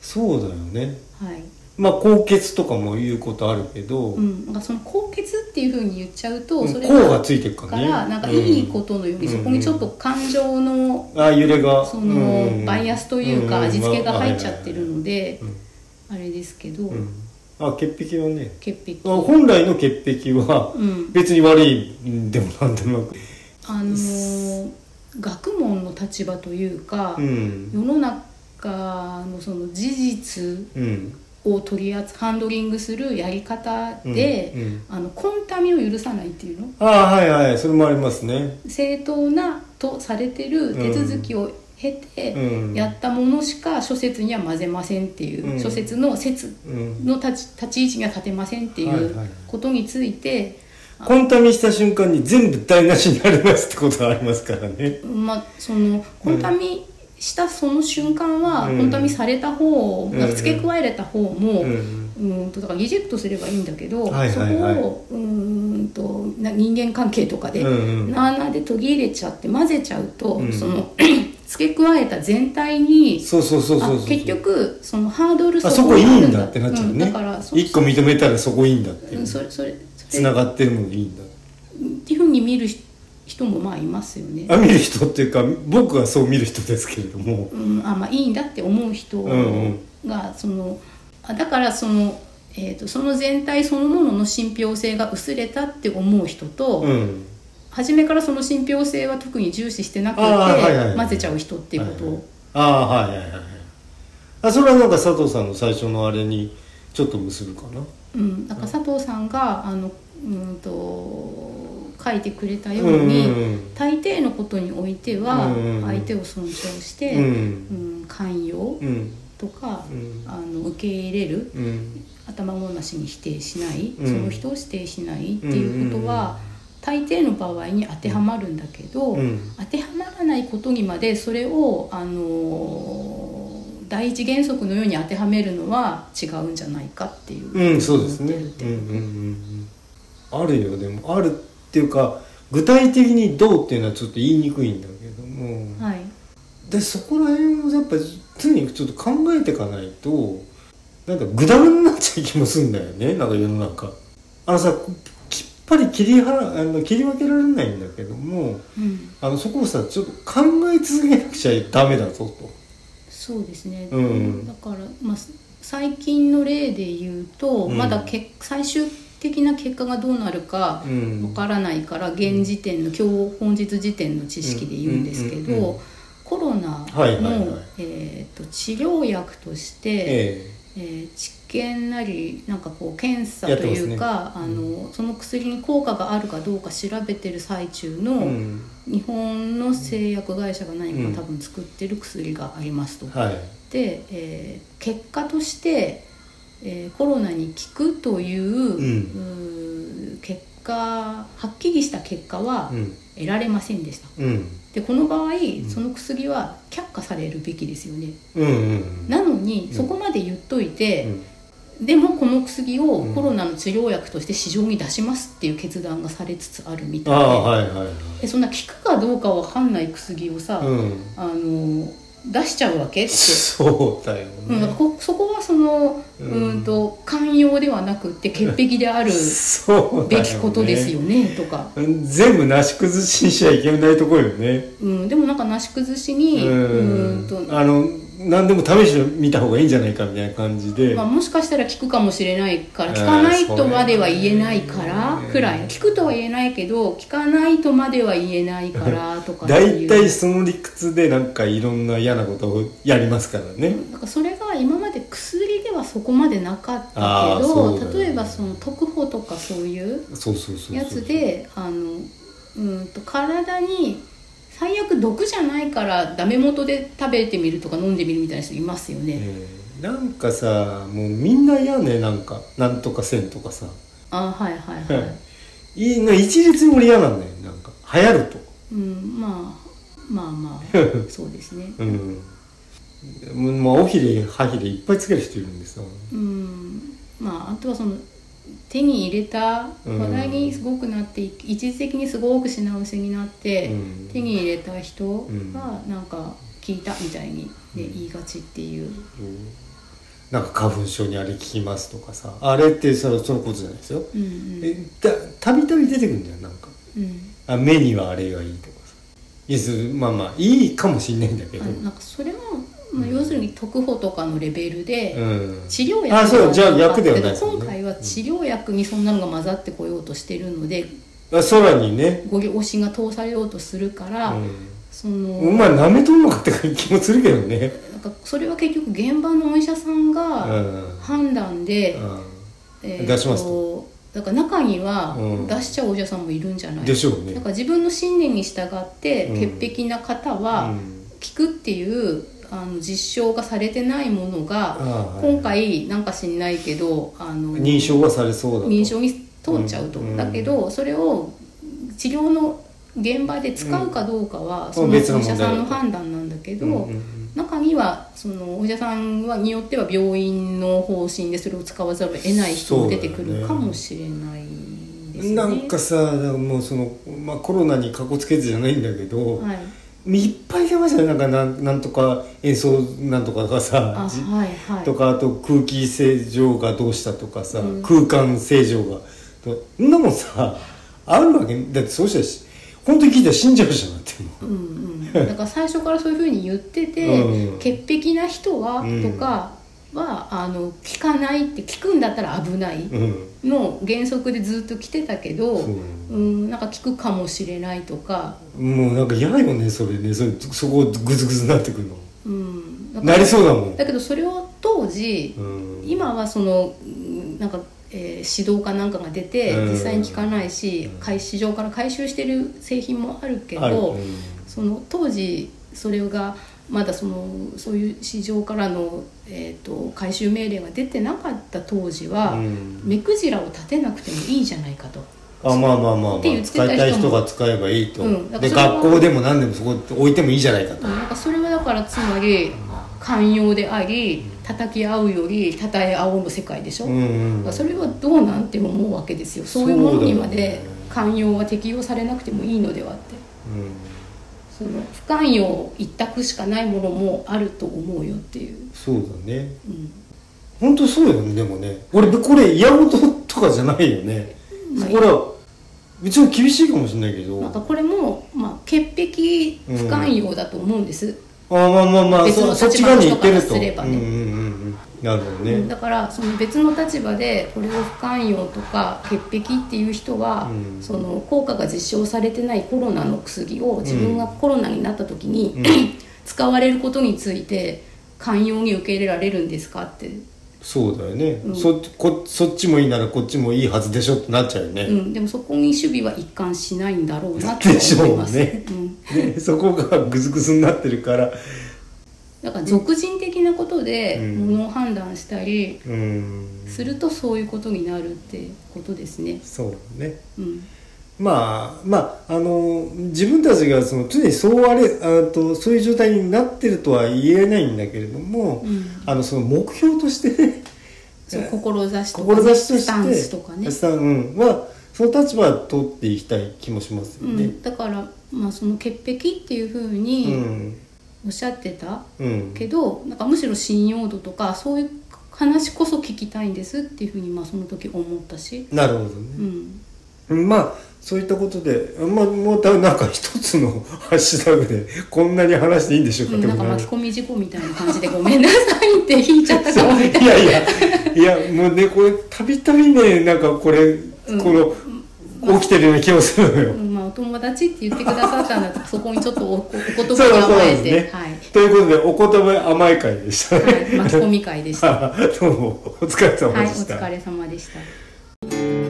[SPEAKER 1] そうだよね
[SPEAKER 2] はい
[SPEAKER 1] まあ高血とかも言うことあるけど、
[SPEAKER 2] うん、なんかその高潔っていうふうに言っちゃう
[SPEAKER 1] う
[SPEAKER 2] と
[SPEAKER 1] ん
[SPEAKER 2] それ
[SPEAKER 1] こうがついてるか
[SPEAKER 2] だ
[SPEAKER 1] ら
[SPEAKER 2] か
[SPEAKER 1] ね
[SPEAKER 2] らなんかいい
[SPEAKER 1] うん
[SPEAKER 2] ことのように
[SPEAKER 1] うん
[SPEAKER 2] そこにちょっと感情の
[SPEAKER 1] ああ揺れが
[SPEAKER 2] そ
[SPEAKER 1] うん
[SPEAKER 2] のバイアスという
[SPEAKER 1] う
[SPEAKER 2] か
[SPEAKER 1] ん
[SPEAKER 2] 味付けが入っちゃってるので
[SPEAKER 1] うんうん
[SPEAKER 2] あれですけど
[SPEAKER 1] うんあ潔癖はね
[SPEAKER 2] 潔
[SPEAKER 1] あ
[SPEAKER 2] 癖
[SPEAKER 1] 本来の潔癖は
[SPEAKER 2] うん
[SPEAKER 1] 別に悪いんでもなんでもなく
[SPEAKER 2] あのー学問の立場というか
[SPEAKER 1] うん
[SPEAKER 2] 世の中のその事実
[SPEAKER 1] うん
[SPEAKER 2] を取り扱ハンドリングするやり方で、
[SPEAKER 1] うんうん
[SPEAKER 2] あのコンタミを許さないっていうの
[SPEAKER 1] ああはいはいそれもありますね
[SPEAKER 2] 正当なとされてる手続きを経て
[SPEAKER 1] うん
[SPEAKER 2] やったものしか諸説には混ぜませんっていう、
[SPEAKER 1] うん
[SPEAKER 2] 諸説の説
[SPEAKER 1] うん
[SPEAKER 2] の立ち立ち位置には立てませんってい
[SPEAKER 1] はいは
[SPEAKER 2] う
[SPEAKER 1] いはい
[SPEAKER 2] ことについて、
[SPEAKER 1] コンタミした瞬間に全部台無しになりますってことはありますからね
[SPEAKER 2] まあそのコンタミしたその瞬間は、
[SPEAKER 1] うん
[SPEAKER 2] コンタミされた方、
[SPEAKER 1] うん
[SPEAKER 2] 付け加えれた方も、
[SPEAKER 1] うん
[SPEAKER 2] うんとだからリジェクトすればいいんだけど、
[SPEAKER 1] はいはいはい
[SPEAKER 2] そこをうーんとな人間関係とかで、
[SPEAKER 1] うんうん
[SPEAKER 2] なあなあで途切れちゃって混ぜちゃうと、
[SPEAKER 1] うん
[SPEAKER 2] その 付け加えた全体に
[SPEAKER 1] そうそうそうそうそう
[SPEAKER 2] あ結局そのハードル
[SPEAKER 1] あそこい
[SPEAKER 2] に
[SPEAKER 1] い
[SPEAKER 2] ある
[SPEAKER 1] んだってなっちゃうね、
[SPEAKER 2] んだからそ
[SPEAKER 1] 一個認めたらそこいいんだっていううん
[SPEAKER 2] それそれそ
[SPEAKER 1] つ
[SPEAKER 2] れ
[SPEAKER 1] な
[SPEAKER 2] っ
[SPEAKER 1] がってるものいいんだ
[SPEAKER 2] ていうふうに見る人人もまあいますよね。
[SPEAKER 1] あ見る人っていうか僕はそう見る人ですけれども
[SPEAKER 2] うん、あまあいいんだって思う人が、
[SPEAKER 1] うん
[SPEAKER 2] そのあだからその、えー、とその全体そのものの信憑性が薄れたって思う人と、
[SPEAKER 1] うん
[SPEAKER 2] 初めからその信憑性は特に重視してなくて、
[SPEAKER 1] あーはいはいはい
[SPEAKER 2] 混ぜちゃう人っていうことを、
[SPEAKER 1] ああはいはいはいはいあそれはなんか佐藤さんの最初のあれにちょっと結ぶかな
[SPEAKER 2] うん、なんか佐藤さんがあのうんと書いてくれたように、
[SPEAKER 1] うんうんうん
[SPEAKER 2] 大抵のことにおいては
[SPEAKER 1] うんうん
[SPEAKER 2] 相手を尊重して、
[SPEAKER 1] う
[SPEAKER 2] うんん寛容
[SPEAKER 1] うん
[SPEAKER 2] とか、
[SPEAKER 1] うん
[SPEAKER 2] あの受け入れる
[SPEAKER 1] うん
[SPEAKER 2] 頭ごなしに否定しない、
[SPEAKER 1] うん
[SPEAKER 2] その人を否定しないっていうことは、大抵の場合に当てはまるんだけど、
[SPEAKER 1] うん
[SPEAKER 2] 当てはまらないことにまでそれを、あのー第一原則のように当てはめるのは違うんじゃないかっていう。
[SPEAKER 1] うんそうですね
[SPEAKER 2] 思って
[SPEAKER 1] うん
[SPEAKER 2] る
[SPEAKER 1] うんう
[SPEAKER 2] って
[SPEAKER 1] んうんあるよでもあるっていうか具体的にどうっていうのはちょっと言いにくいんだけども、
[SPEAKER 2] はい、
[SPEAKER 1] でそこら辺をやっぱ常にちょっと考えていかないとなんかグダグダになっちゃう気もするんだよねなんか世の中あのさきっぱり切り払あの切り分けられないんだけども
[SPEAKER 2] うん、
[SPEAKER 1] あのそこをさちょっと考え続けなくちゃダメだぞと
[SPEAKER 2] そうですね、
[SPEAKER 1] うん
[SPEAKER 2] だから、まあ、最近の例で言うと、
[SPEAKER 1] うん
[SPEAKER 2] まだけ最終的な結果がどうなるか
[SPEAKER 1] うん
[SPEAKER 2] わからないから、現時点の今日本日時点の知識で言うんですけど、
[SPEAKER 1] うんうんうんうん
[SPEAKER 2] コロナの、
[SPEAKER 1] はいはいはい
[SPEAKER 2] えー、と治療薬として、え
[SPEAKER 1] え
[SPEAKER 2] ー治験なりなんかこう検査
[SPEAKER 1] やっ
[SPEAKER 2] と
[SPEAKER 1] てますね
[SPEAKER 2] いうか、あのその薬に効果があるかどうか調べてる最中の、
[SPEAKER 1] えうん
[SPEAKER 2] 日本の製薬会社が何
[SPEAKER 1] うん
[SPEAKER 2] か多分作ってる薬がありますと。
[SPEAKER 1] はい
[SPEAKER 2] で、えー結果として、えーコロナに効くという,、うー結果はっきりした結果は
[SPEAKER 1] うん
[SPEAKER 2] 得られませんでした。
[SPEAKER 1] うん
[SPEAKER 2] でこの場合その薬は却下されるべきですよね。
[SPEAKER 1] うんうん
[SPEAKER 2] なのに
[SPEAKER 1] うん
[SPEAKER 2] そこまで言っといて、
[SPEAKER 1] うん
[SPEAKER 2] でもこの薬を
[SPEAKER 1] うん
[SPEAKER 2] コロナの治療薬として市場に出しますっていう決断がされつつあるみ
[SPEAKER 1] あ
[SPEAKER 2] たいで,、
[SPEAKER 1] あはいはいはい
[SPEAKER 2] でそんな効くかどうかわかんない薬をさ、
[SPEAKER 1] うん
[SPEAKER 2] あの出しちゃうわけって、
[SPEAKER 1] そうだよ
[SPEAKER 2] うん、だから
[SPEAKER 1] ね
[SPEAKER 2] こそこはそのう
[SPEAKER 1] うん
[SPEAKER 2] ーんと寛容ではなくって潔癖である
[SPEAKER 1] そうだ
[SPEAKER 2] べ
[SPEAKER 1] よね
[SPEAKER 2] きことですよねとか、
[SPEAKER 1] 全部なし崩しにしちゃいけないところよね
[SPEAKER 2] うん、でもなんかなし崩しにうーんと、
[SPEAKER 1] あの何でも試してみた方がいいんじゃないかみたいな感じで、
[SPEAKER 2] まあ、もしかしたら聞くかもしれないから
[SPEAKER 1] うん
[SPEAKER 2] 聞かないとまでは言えないから
[SPEAKER 1] うん
[SPEAKER 2] くらい聞くとは言えないけど聞かないとまでは言えないからとかって
[SPEAKER 1] 大
[SPEAKER 2] いう
[SPEAKER 1] 体その理屈でなんかいろんな嫌なことをやりますからね、
[SPEAKER 2] なんかそれが今まで薬ではそこまでなかった
[SPEAKER 1] あ
[SPEAKER 2] け
[SPEAKER 1] ーそうだ
[SPEAKER 2] ど、
[SPEAKER 1] よね
[SPEAKER 2] 例えばその特保とかそういう
[SPEAKER 1] そうそうそうそう
[SPEAKER 2] やつであのうんと体に最悪毒じゃないからダメ元で食べてみるとか飲んでみるみたいな人いますよ
[SPEAKER 1] え
[SPEAKER 2] ね、
[SPEAKER 1] ーなんかさもうみんな嫌ねなんかなんとかせんとかさ
[SPEAKER 2] ああはいはいはい、
[SPEAKER 1] いいの一律に俺嫌なんだよなんか流行ると
[SPEAKER 2] うん、まあまあまあそうです ね
[SPEAKER 1] うんもうおひれ歯ひれいっぱいつける人いるんですよ
[SPEAKER 2] うんまああとはその手に入れた
[SPEAKER 1] うん
[SPEAKER 2] 話題にすごくなって、一時的にすごく品薄になって、
[SPEAKER 1] うん
[SPEAKER 2] 手に入れた人
[SPEAKER 1] ん
[SPEAKER 2] がなんか聞いたみたいに、ね言いがちっていう
[SPEAKER 1] うんなんか花粉症にあれ効きますとかさあれってそのそのことじゃないですよ
[SPEAKER 2] うんうん
[SPEAKER 1] えたたびたび出てくるんだよなんか
[SPEAKER 2] うん
[SPEAKER 1] あ目にはあれがいいとかさいやそれまあまあいいかもしんないんだけど
[SPEAKER 2] あなんかそれも、まあ、要するに特保とかのレベルで、
[SPEAKER 1] うん
[SPEAKER 2] 治療薬
[SPEAKER 1] あそうじゃあ
[SPEAKER 2] ではなか
[SPEAKER 1] 薬
[SPEAKER 2] った
[SPEAKER 1] では
[SPEAKER 2] け
[SPEAKER 1] ないで
[SPEAKER 2] ど
[SPEAKER 1] すよね
[SPEAKER 2] 今回は治療薬にそんなのが混ざってこようとしてるので
[SPEAKER 1] あ空にね
[SPEAKER 2] ご押しが通されようとするから、
[SPEAKER 1] う
[SPEAKER 2] その、
[SPEAKER 1] んお前舐めとんのかって気もするけどね
[SPEAKER 2] なんかそれは結局現場のお医者さん
[SPEAKER 1] う
[SPEAKER 2] が
[SPEAKER 1] ん
[SPEAKER 2] 判断で、えーと
[SPEAKER 1] 出します
[SPEAKER 2] だから中には
[SPEAKER 1] うん
[SPEAKER 2] 出しちゃうお医者さんもいるんじゃな
[SPEAKER 1] う
[SPEAKER 2] い
[SPEAKER 1] んでしょうね
[SPEAKER 2] だから自分の信念に従って
[SPEAKER 1] うん
[SPEAKER 2] 潔癖な方は
[SPEAKER 1] うん
[SPEAKER 2] 聞くっていうあの実証がされてないものが
[SPEAKER 1] ああ
[SPEAKER 2] 今回なんか知んないけどあの
[SPEAKER 1] 認証はされそうだと
[SPEAKER 2] 認証に通っちゃうと、
[SPEAKER 1] うん
[SPEAKER 2] だけどそれを治療の現場で使うかどうかは、
[SPEAKER 1] ん
[SPEAKER 2] そのお医
[SPEAKER 1] 別の問
[SPEAKER 2] 者
[SPEAKER 1] 題
[SPEAKER 2] さんの判断なんだけど、
[SPEAKER 1] うんうんうん
[SPEAKER 2] 中にはそのお医者さんはによっては病院の方針でそれを使わざるを得ない人も出てくるかもしれないですね。
[SPEAKER 1] なんかさだからもうその、まあ、コロナにかこつけずじゃないんだけど、
[SPEAKER 2] はい、
[SPEAKER 1] いっぱい出ましたねなんかなんなんとか演奏なんとかが
[SPEAKER 2] あ
[SPEAKER 1] さじ
[SPEAKER 2] はいはい
[SPEAKER 1] とかあと空気清浄がどうしたとかさ、
[SPEAKER 2] うん
[SPEAKER 1] 空間清浄がとそんなもんさあるわけだってそうしたらし本当に聞いたら死んじゃうじゃんだっても
[SPEAKER 2] うん うん、だから最初からそういうふうに言ってて、
[SPEAKER 1] うん
[SPEAKER 2] 潔癖な人は
[SPEAKER 1] うん、
[SPEAKER 2] とかは、あの聞かないって聞くんだったら危ないう
[SPEAKER 1] うん
[SPEAKER 2] の原則でずっと来てたけど、
[SPEAKER 1] そう
[SPEAKER 2] うん、なんか聞くかもしれないとか、
[SPEAKER 1] もうなんか嫌よねそれねそれそこグズグズになってくるの
[SPEAKER 2] うん、だから
[SPEAKER 1] なりそうだもん
[SPEAKER 2] だけどそれを当時、
[SPEAKER 1] うん
[SPEAKER 2] 今はそのうんなんかえー指導かなんかが出て
[SPEAKER 1] うん
[SPEAKER 2] 実際に聞かないし、回市場から回収してる製品もあるけど、
[SPEAKER 1] うん
[SPEAKER 2] その当時それがまだそのそういう市場からの、えー、と回収命令が出てなかった当時は、
[SPEAKER 1] うん
[SPEAKER 2] 目くじらを立てなくてもいいじゃないかと。
[SPEAKER 1] あまあまあまあ、まあ、
[SPEAKER 2] って
[SPEAKER 1] 使
[SPEAKER 2] 言
[SPEAKER 1] い
[SPEAKER 2] ってた
[SPEAKER 1] たい
[SPEAKER 2] 人も
[SPEAKER 1] 人が使えばいいと、
[SPEAKER 2] うんだか
[SPEAKER 1] で
[SPEAKER 2] らそれは
[SPEAKER 1] 学校でも何でもそこ置いてもいいじゃないかと、
[SPEAKER 2] なんかそれはだからつまり寛容であり叩き合うよりたたえ合おうの世界でしょ、
[SPEAKER 1] うんうん
[SPEAKER 2] だからそれはどうなんて思うわけですよそういうものにまで寛容は適用されなくてもいいのではって
[SPEAKER 1] うん、
[SPEAKER 2] その不寛容一択しかないものもあると思うよっていう、
[SPEAKER 1] そうだね
[SPEAKER 2] うん
[SPEAKER 1] 本当そうよねでもね俺これ嫌事とかじゃないよね、
[SPEAKER 2] まあ
[SPEAKER 1] これはうちも厳しいかもしれないけど
[SPEAKER 2] なんか
[SPEAKER 1] あ
[SPEAKER 2] これも、まあ、潔癖不寛容だと思うんです、
[SPEAKER 1] まあまあまあ
[SPEAKER 2] 別の
[SPEAKER 1] そそっち
[SPEAKER 2] 立
[SPEAKER 1] 側
[SPEAKER 2] 場の
[SPEAKER 1] に
[SPEAKER 2] 人
[SPEAKER 1] 行ってる
[SPEAKER 2] か
[SPEAKER 1] と、
[SPEAKER 2] らすればね
[SPEAKER 1] うんうんうんうんなるほどね、
[SPEAKER 2] うんだからその別の立場でこれを不寛容とか潔癖っていう人は、
[SPEAKER 1] うん
[SPEAKER 2] その効果が実証されてないコロナの薬を自分がコロナになった時に、
[SPEAKER 1] うん
[SPEAKER 2] 使われることについて寛容に受け入れられるんですかって、
[SPEAKER 1] そうだよね、
[SPEAKER 2] うん
[SPEAKER 1] そこそっちもいいならこっちもいいはずでしょってなっちゃうよね、
[SPEAKER 2] うん、でもそこに守備は一貫しないんだろうなっ て
[SPEAKER 1] でし
[SPEAKER 2] 思い
[SPEAKER 1] ょう
[SPEAKER 2] ます。
[SPEAKER 1] ね
[SPEAKER 2] うん
[SPEAKER 1] ねそこがグズグズになってるから
[SPEAKER 2] だから俗人的なことで
[SPEAKER 1] うん
[SPEAKER 2] 物を判断したり
[SPEAKER 1] うん
[SPEAKER 2] するとそういうことになるってことですね。
[SPEAKER 1] そうね
[SPEAKER 2] うん
[SPEAKER 1] まあまああの自分たちがその常にそうあれあとそういう状態になってるとは言えないんだけれども、
[SPEAKER 2] うん
[SPEAKER 1] あのその目標として ね
[SPEAKER 2] そう志とかね、
[SPEAKER 1] 志として
[SPEAKER 2] スタンスとかね、
[SPEAKER 1] スタンうんはその立場は取っていきたい気もします
[SPEAKER 2] う
[SPEAKER 1] よね
[SPEAKER 2] ん、だから、まあ、その潔癖っていうふう
[SPEAKER 1] う
[SPEAKER 2] に
[SPEAKER 1] ん
[SPEAKER 2] おっしゃってた
[SPEAKER 1] うん
[SPEAKER 2] けど、なんかむしろ信用度とかそういう話こそ聞きたいんですっていうふうに、まあ、その時思ったし、
[SPEAKER 1] なるほどね、
[SPEAKER 2] うん、
[SPEAKER 1] まあそういったことで、まあ、もうたなんか一つのハッシュタグでこんなに話していいんでしょう
[SPEAKER 2] う
[SPEAKER 1] か
[SPEAKER 2] ん、
[SPEAKER 1] って
[SPEAKER 2] な
[SPEAKER 1] こと
[SPEAKER 2] んか
[SPEAKER 1] になる
[SPEAKER 2] 巻き込み事故みたいな感じでごめんなさいって引いちゃったかもみたいな。
[SPEAKER 1] いやいやいやもうねこれたびたびねなんかこれ、
[SPEAKER 2] ん
[SPEAKER 1] この起きてるような気もするのよ。
[SPEAKER 2] うんまあ、お友達って言ってくださったんだとそこにちょっとおおお言
[SPEAKER 1] そう
[SPEAKER 2] 葉
[SPEAKER 1] そう
[SPEAKER 2] が甘
[SPEAKER 1] で
[SPEAKER 2] え
[SPEAKER 1] す
[SPEAKER 2] て、
[SPEAKER 1] ね、
[SPEAKER 2] はい
[SPEAKER 1] ということでお言葉甘い会でしたね。
[SPEAKER 2] はい、巻き込み会でした。は
[SPEAKER 1] どうもお疲れ様
[SPEAKER 2] い、お
[SPEAKER 1] でした。
[SPEAKER 2] 疲れ様でした。
[SPEAKER 1] 「